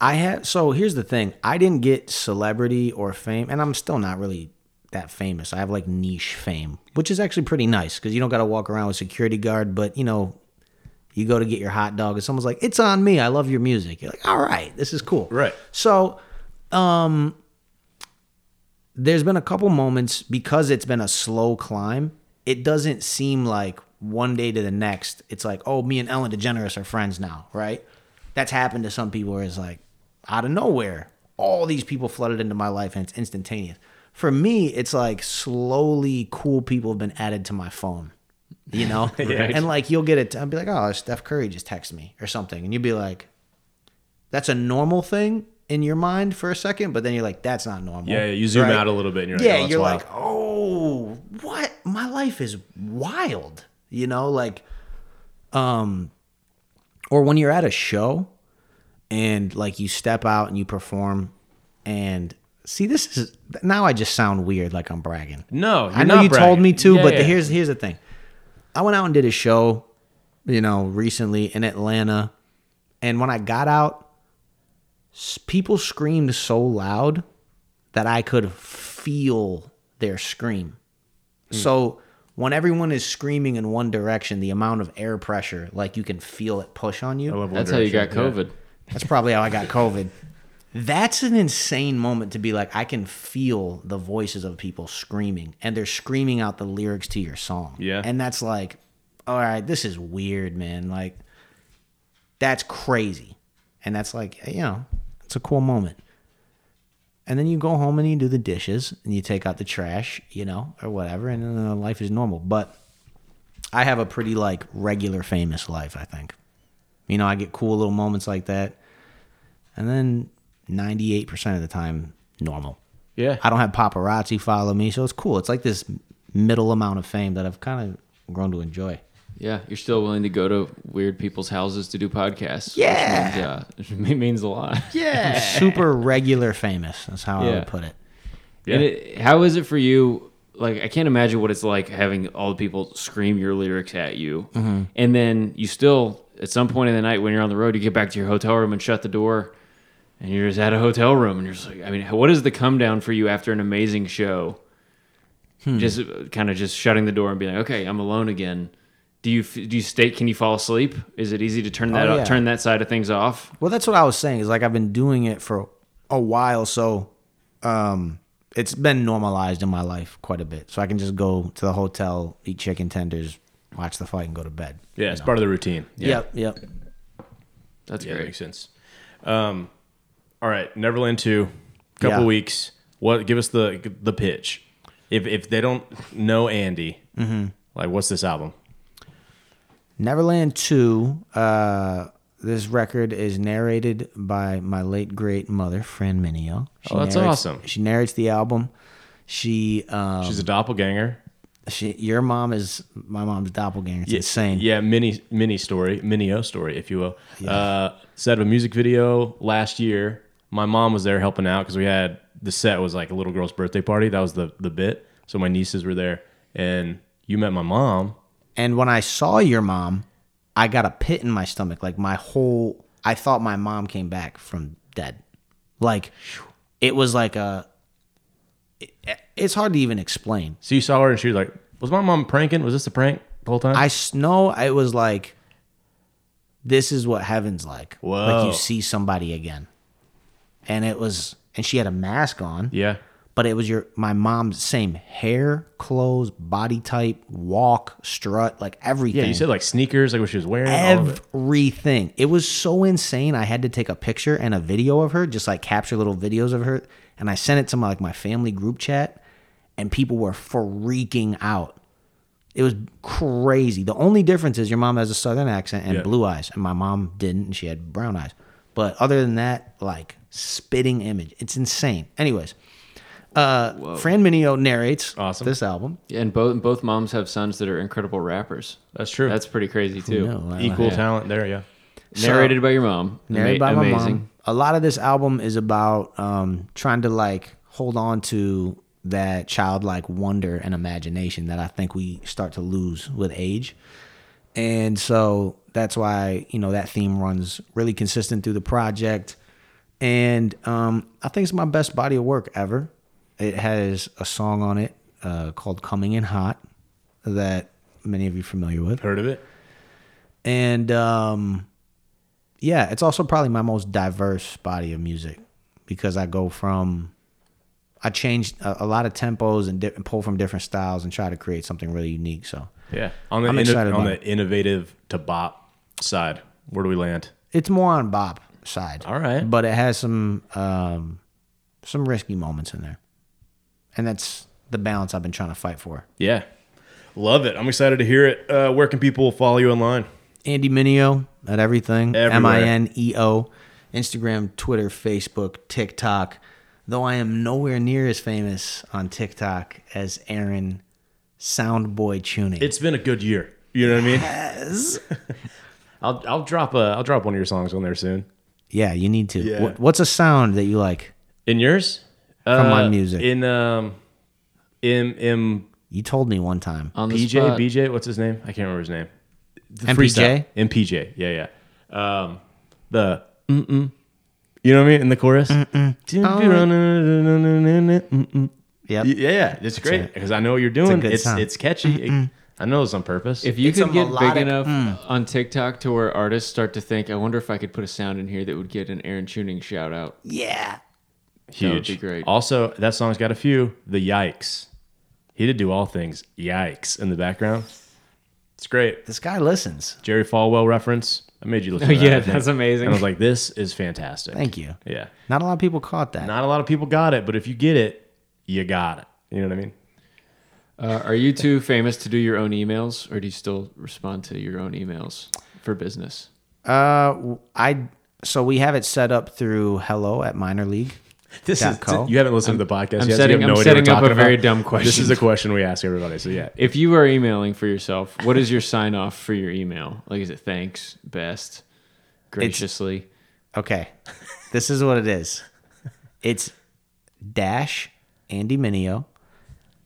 Speaker 4: I had so here's the thing. I didn't get celebrity or fame, and I'm still not really that famous. I have like niche fame, which is actually pretty nice because you don't got to walk around with security guard. But you know, you go to get your hot dog, and someone's like, "It's on me. I love your music." You're like, "All right, this is cool."
Speaker 2: Right.
Speaker 4: So, um, there's been a couple moments because it's been a slow climb. It doesn't seem like one day to the next. It's like, oh, me and Ellen DeGeneres are friends now, right? That's happened to some people where it's like, out of nowhere, all these people flooded into my life and it's instantaneous. For me, it's like slowly cool people have been added to my phone, you know? And like, you'll get it. I'll be like, oh, Steph Curry just texted me or something. And you'd be like, that's a normal thing in your mind for a second, but then you're like, that's not normal.
Speaker 2: Yeah, you zoom
Speaker 4: Right?
Speaker 2: out a little bit and you're like,
Speaker 4: Yeah,
Speaker 2: oh, that's
Speaker 4: you're
Speaker 2: wild.
Speaker 4: like, oh, what? My life is wild. You know, like, um, or when you're at a show and like you step out and you perform and see, this is now I just sound weird like I'm bragging.
Speaker 2: no,
Speaker 4: I know you told me to,
Speaker 3: Yeah,
Speaker 4: but
Speaker 3: yeah.
Speaker 4: The, here's here's the thing. I went out and did a show, you know, recently in Atlanta, and when I got out, s- people screamed so loud that I could feel their scream.
Speaker 3: Hmm.
Speaker 4: So when everyone is screaming in one direction, the amount of air pressure, like you can feel it push on you.
Speaker 3: That's how you got COVID.
Speaker 4: That's probably how I got COVID. That's an insane moment to be like, I can feel the voices of people screaming, and they're screaming out the lyrics to your song.
Speaker 2: Yeah.
Speaker 4: And that's like, all right, this is weird, man. Like, that's crazy. And that's like, you know, it's a cool moment. And then you go home and you do the dishes and you take out the trash, you know, or whatever, and then uh, life is normal. But I have a pretty like regular famous life, I think. You know, I get cool little moments like that. And then 98% of the time, normal.
Speaker 2: Yeah.
Speaker 4: I don't have paparazzi follow me, so it's cool. It's like this middle amount of fame that I've kind of grown to enjoy.
Speaker 3: Yeah, you're still willing to go to weird people's houses to do podcasts.
Speaker 4: Yeah.
Speaker 3: which means, uh, it means a lot.
Speaker 4: Yeah. Super regular famous. That's how I
Speaker 3: Yeah.
Speaker 4: would put it.
Speaker 2: Yeah.
Speaker 3: And it, how is it for you? Like, I can't imagine what it's like having all the people scream your lyrics at you,
Speaker 2: Mm-hmm.
Speaker 3: and then you still, at some point in the night when you're on the road, you get back to your hotel room and shut the door, and you're just at a hotel room, and you're just like, I mean, what is the come down for you after an amazing show?
Speaker 2: Hmm.
Speaker 3: Just kind of just shutting the door and being like, okay, I'm alone again. Do you f- do you stay? Can you fall asleep? Is it easy to turn that
Speaker 4: Oh,
Speaker 3: off-
Speaker 4: yeah.
Speaker 3: turn that side of things off?
Speaker 4: Well, that's what I was saying. Is like I've been doing it for a while, so um, it's been normalized in my life quite a bit. So I can just go to the hotel, eat chicken tenders, watch the fight, and go to bed.
Speaker 2: Yeah, it's part of the routine.
Speaker 4: Yep, yep.
Speaker 3: That's
Speaker 2: Yeah, that
Speaker 3: great.
Speaker 2: makes sense. Um, all right, Neverland two, couple
Speaker 4: Yeah.
Speaker 2: weeks. What? Give us the the pitch. If if they don't know Andy,
Speaker 4: Mm-hmm.
Speaker 2: like what's this album?
Speaker 4: Neverland Two. Uh, this record is narrated by my late great mother, Fran Minio. She
Speaker 2: Oh, that's
Speaker 4: narrates-
Speaker 2: awesome.
Speaker 4: She narrates the album. She, um,
Speaker 2: She's a doppelganger.
Speaker 4: she, your mom is my mom's doppelganger. It's insane.
Speaker 2: Yeah, mini mini story, mini O story, if you will. Uh, set of a music video last year. My mom was there helping out because we had the set was like a little girl's birthday party. That was the the bit. So my nieces were there, and you met my mom.
Speaker 4: And when I saw your mom, I got a pit in my stomach. Like my whole I thought my mom came back from dead. Like it was like a. it- it's hard to even explain.
Speaker 2: So you saw her and she was like, "Was my mom pranking? Was this a prank the whole time?"
Speaker 4: I s- know it was like. This is what heaven's like. Like
Speaker 2: Whoa.
Speaker 4: you see somebody again, and it was, and she had a mask on.
Speaker 2: yeah.
Speaker 4: but it was your my mom's same hair, clothes, body type, walk, strut, like everything.
Speaker 2: Yeah, you said like sneakers, like what she was wearing. all of it.
Speaker 4: everything. It was so insane. I had to take a picture and a video of her, just like capture little videos of her, and I sent it to my like my family group chat, and people were freaking out. It was crazy. The only difference is your mom has a southern accent and
Speaker 2: Yeah.
Speaker 4: blue eyes, and my mom didn't, and she had brown eyes. But other than that, like spitting image, it's insane. Anyways, uh, Fran Minio narrates
Speaker 2: Awesome.
Speaker 4: this album.
Speaker 3: And both both moms have sons that are incredible rappers.
Speaker 2: That's true.
Speaker 3: That's pretty crazy too.
Speaker 4: No, I-
Speaker 2: equal
Speaker 3: Yeah.
Speaker 2: talent there. Yeah.
Speaker 3: Narrated by your mom.
Speaker 4: Narrated by
Speaker 3: Ama-
Speaker 4: my
Speaker 3: amazing.
Speaker 4: mom. A lot of this album is about um, trying to like hold on to that childlike wonder and imagination that I think we start to lose with age. And so that's why, you know, that theme runs really consistent through the project. And um, I think it's my best body of work ever. It has a song on it uh, called Coming in Hot that many of you are familiar with
Speaker 2: Heard of it?
Speaker 4: and um yeah it's also probably my most diverse body of music because i go from i changed a, a lot of tempos and, di- and pull from different styles and try to create something really unique so
Speaker 2: Yeah. On the
Speaker 4: I'm
Speaker 2: inno-
Speaker 4: excited
Speaker 2: on
Speaker 4: about
Speaker 2: the
Speaker 4: it.
Speaker 2: innovative to bop side, where do we land?
Speaker 4: it's more on bop side
Speaker 2: All right.
Speaker 4: but it has some um some risky moments in there and that's the balance i've been trying to fight for
Speaker 2: Yeah. Love it. I'm excited to hear it. Uh, where can people follow you online?
Speaker 4: Andy Minio at everything.
Speaker 2: Everywhere.
Speaker 4: M I N E O. Instagram, Twitter, Facebook, TikTok. Though I am nowhere near as famous on TikTok as Aaron Soundboy Tuning.
Speaker 2: It's been a good year. You know what I mean? I'll I'll drop a I'll drop one of your songs on there soon.
Speaker 4: yeah, you need to.
Speaker 2: Yeah.
Speaker 4: What, what's a sound that you like?
Speaker 2: In yours?
Speaker 4: From
Speaker 2: Uh,
Speaker 4: my music.
Speaker 2: In um M M
Speaker 4: You told me one time.
Speaker 3: On the
Speaker 2: PJ
Speaker 3: spot.
Speaker 2: BJ what's his name? I can't remember his name. The
Speaker 4: MPJ?
Speaker 2: freestyle. MPJ. Yeah, yeah. Um the mm-mm. You know what I mean? In the chorus?
Speaker 3: Oh,
Speaker 2: Mm-mm.
Speaker 4: Yep.
Speaker 2: Yeah, yeah, it's great because I know what you're doing.
Speaker 4: good
Speaker 2: It's it's,
Speaker 4: sound.
Speaker 2: catchy. It- I know it's on purpose.
Speaker 3: If you
Speaker 4: It's a
Speaker 3: could get
Speaker 4: melodic-
Speaker 3: big enough
Speaker 4: Hmm.
Speaker 3: on TikTok to where artists start to think, I wonder if I could put a sound in here that would get an Aaron Tuning shout out.
Speaker 4: yeah.
Speaker 2: Huge,
Speaker 3: be great.
Speaker 2: Also, that song's got a few. The yikes. He did do all things yikes in the background. It's great.
Speaker 4: This guy listens.
Speaker 2: Jerry Falwell reference. I made you listen. To that, I
Speaker 3: yeah,
Speaker 2: think.
Speaker 3: that's amazing.
Speaker 2: And I was like, this is fantastic.
Speaker 4: Thank you.
Speaker 2: Yeah.
Speaker 4: Not a lot of people caught that.
Speaker 2: Not a lot of people got it, but if you get it, you got it. You know what I mean?
Speaker 3: Uh, are you too famous to do your own emails, or do you still respond to your own emails for business?
Speaker 4: Uh, w- I. So we have it set up through hello at minor league.
Speaker 2: This
Speaker 4: Dot
Speaker 2: is
Speaker 4: co.
Speaker 2: you haven't listened to the podcast.
Speaker 3: I'm
Speaker 2: yet, so you have
Speaker 3: setting-
Speaker 2: no
Speaker 3: I'm
Speaker 2: idea what
Speaker 3: setting
Speaker 2: we're
Speaker 3: up a
Speaker 2: talking
Speaker 3: very
Speaker 2: about.
Speaker 3: dumb
Speaker 2: This
Speaker 3: question.
Speaker 2: is a question we ask everybody. So yeah,
Speaker 3: If you are emailing for yourself, what is your sign off for your email? Like, is it thanks, best, graciously?
Speaker 4: Okay. This is what it is. It's dash Andy Minio.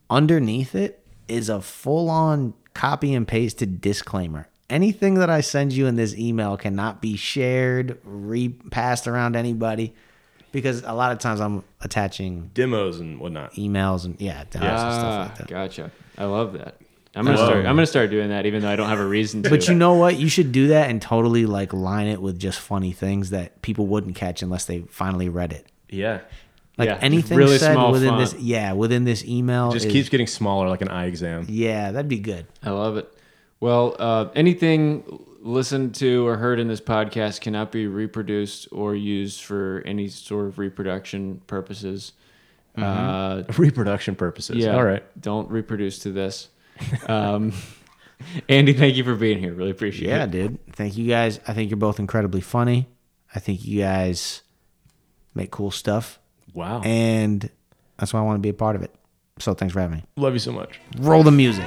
Speaker 4: Underneath it is a full on copy and pasted disclaimer. Anything that I send you in this email cannot be shared, re passed around to anybody because a lot of times I'm attaching
Speaker 2: demos and whatnot.
Speaker 4: emails and yeah, demos and
Speaker 3: ah,
Speaker 4: stuff like that.
Speaker 3: gotcha. I love that. I'm gonna start. I'm gonna start doing that, even though I don't have a reason to.
Speaker 4: But you know what? You should do that and totally like line it with just funny things that people wouldn't catch unless they finally read it.
Speaker 2: Yeah.
Speaker 4: Like
Speaker 3: Yeah, just
Speaker 4: anything
Speaker 3: really
Speaker 4: said
Speaker 3: small
Speaker 4: within
Speaker 3: font.
Speaker 4: this, yeah, within this email
Speaker 2: Just
Speaker 4: is-
Speaker 2: keeps getting smaller like an eye exam.
Speaker 4: Yeah, that'd be good.
Speaker 3: I love it. Well, uh, anything listened to or heard in this podcast cannot be reproduced or used for any sort of reproduction purposes.
Speaker 4: Mm-hmm.
Speaker 3: Uh,
Speaker 2: Reproduction purposes.
Speaker 3: yeah,
Speaker 2: All right.
Speaker 3: Don't reproduce to this. Um, Andy, thank you for being here. Really appreciate
Speaker 4: Yeah,
Speaker 3: it.
Speaker 4: dude. Thank you guys. I think you're both incredibly funny. I think you guys make cool stuff,
Speaker 2: Wow.
Speaker 4: and that's why I want to be a part of it. So thanks for having me.
Speaker 2: Love you so much.
Speaker 4: Roll the music.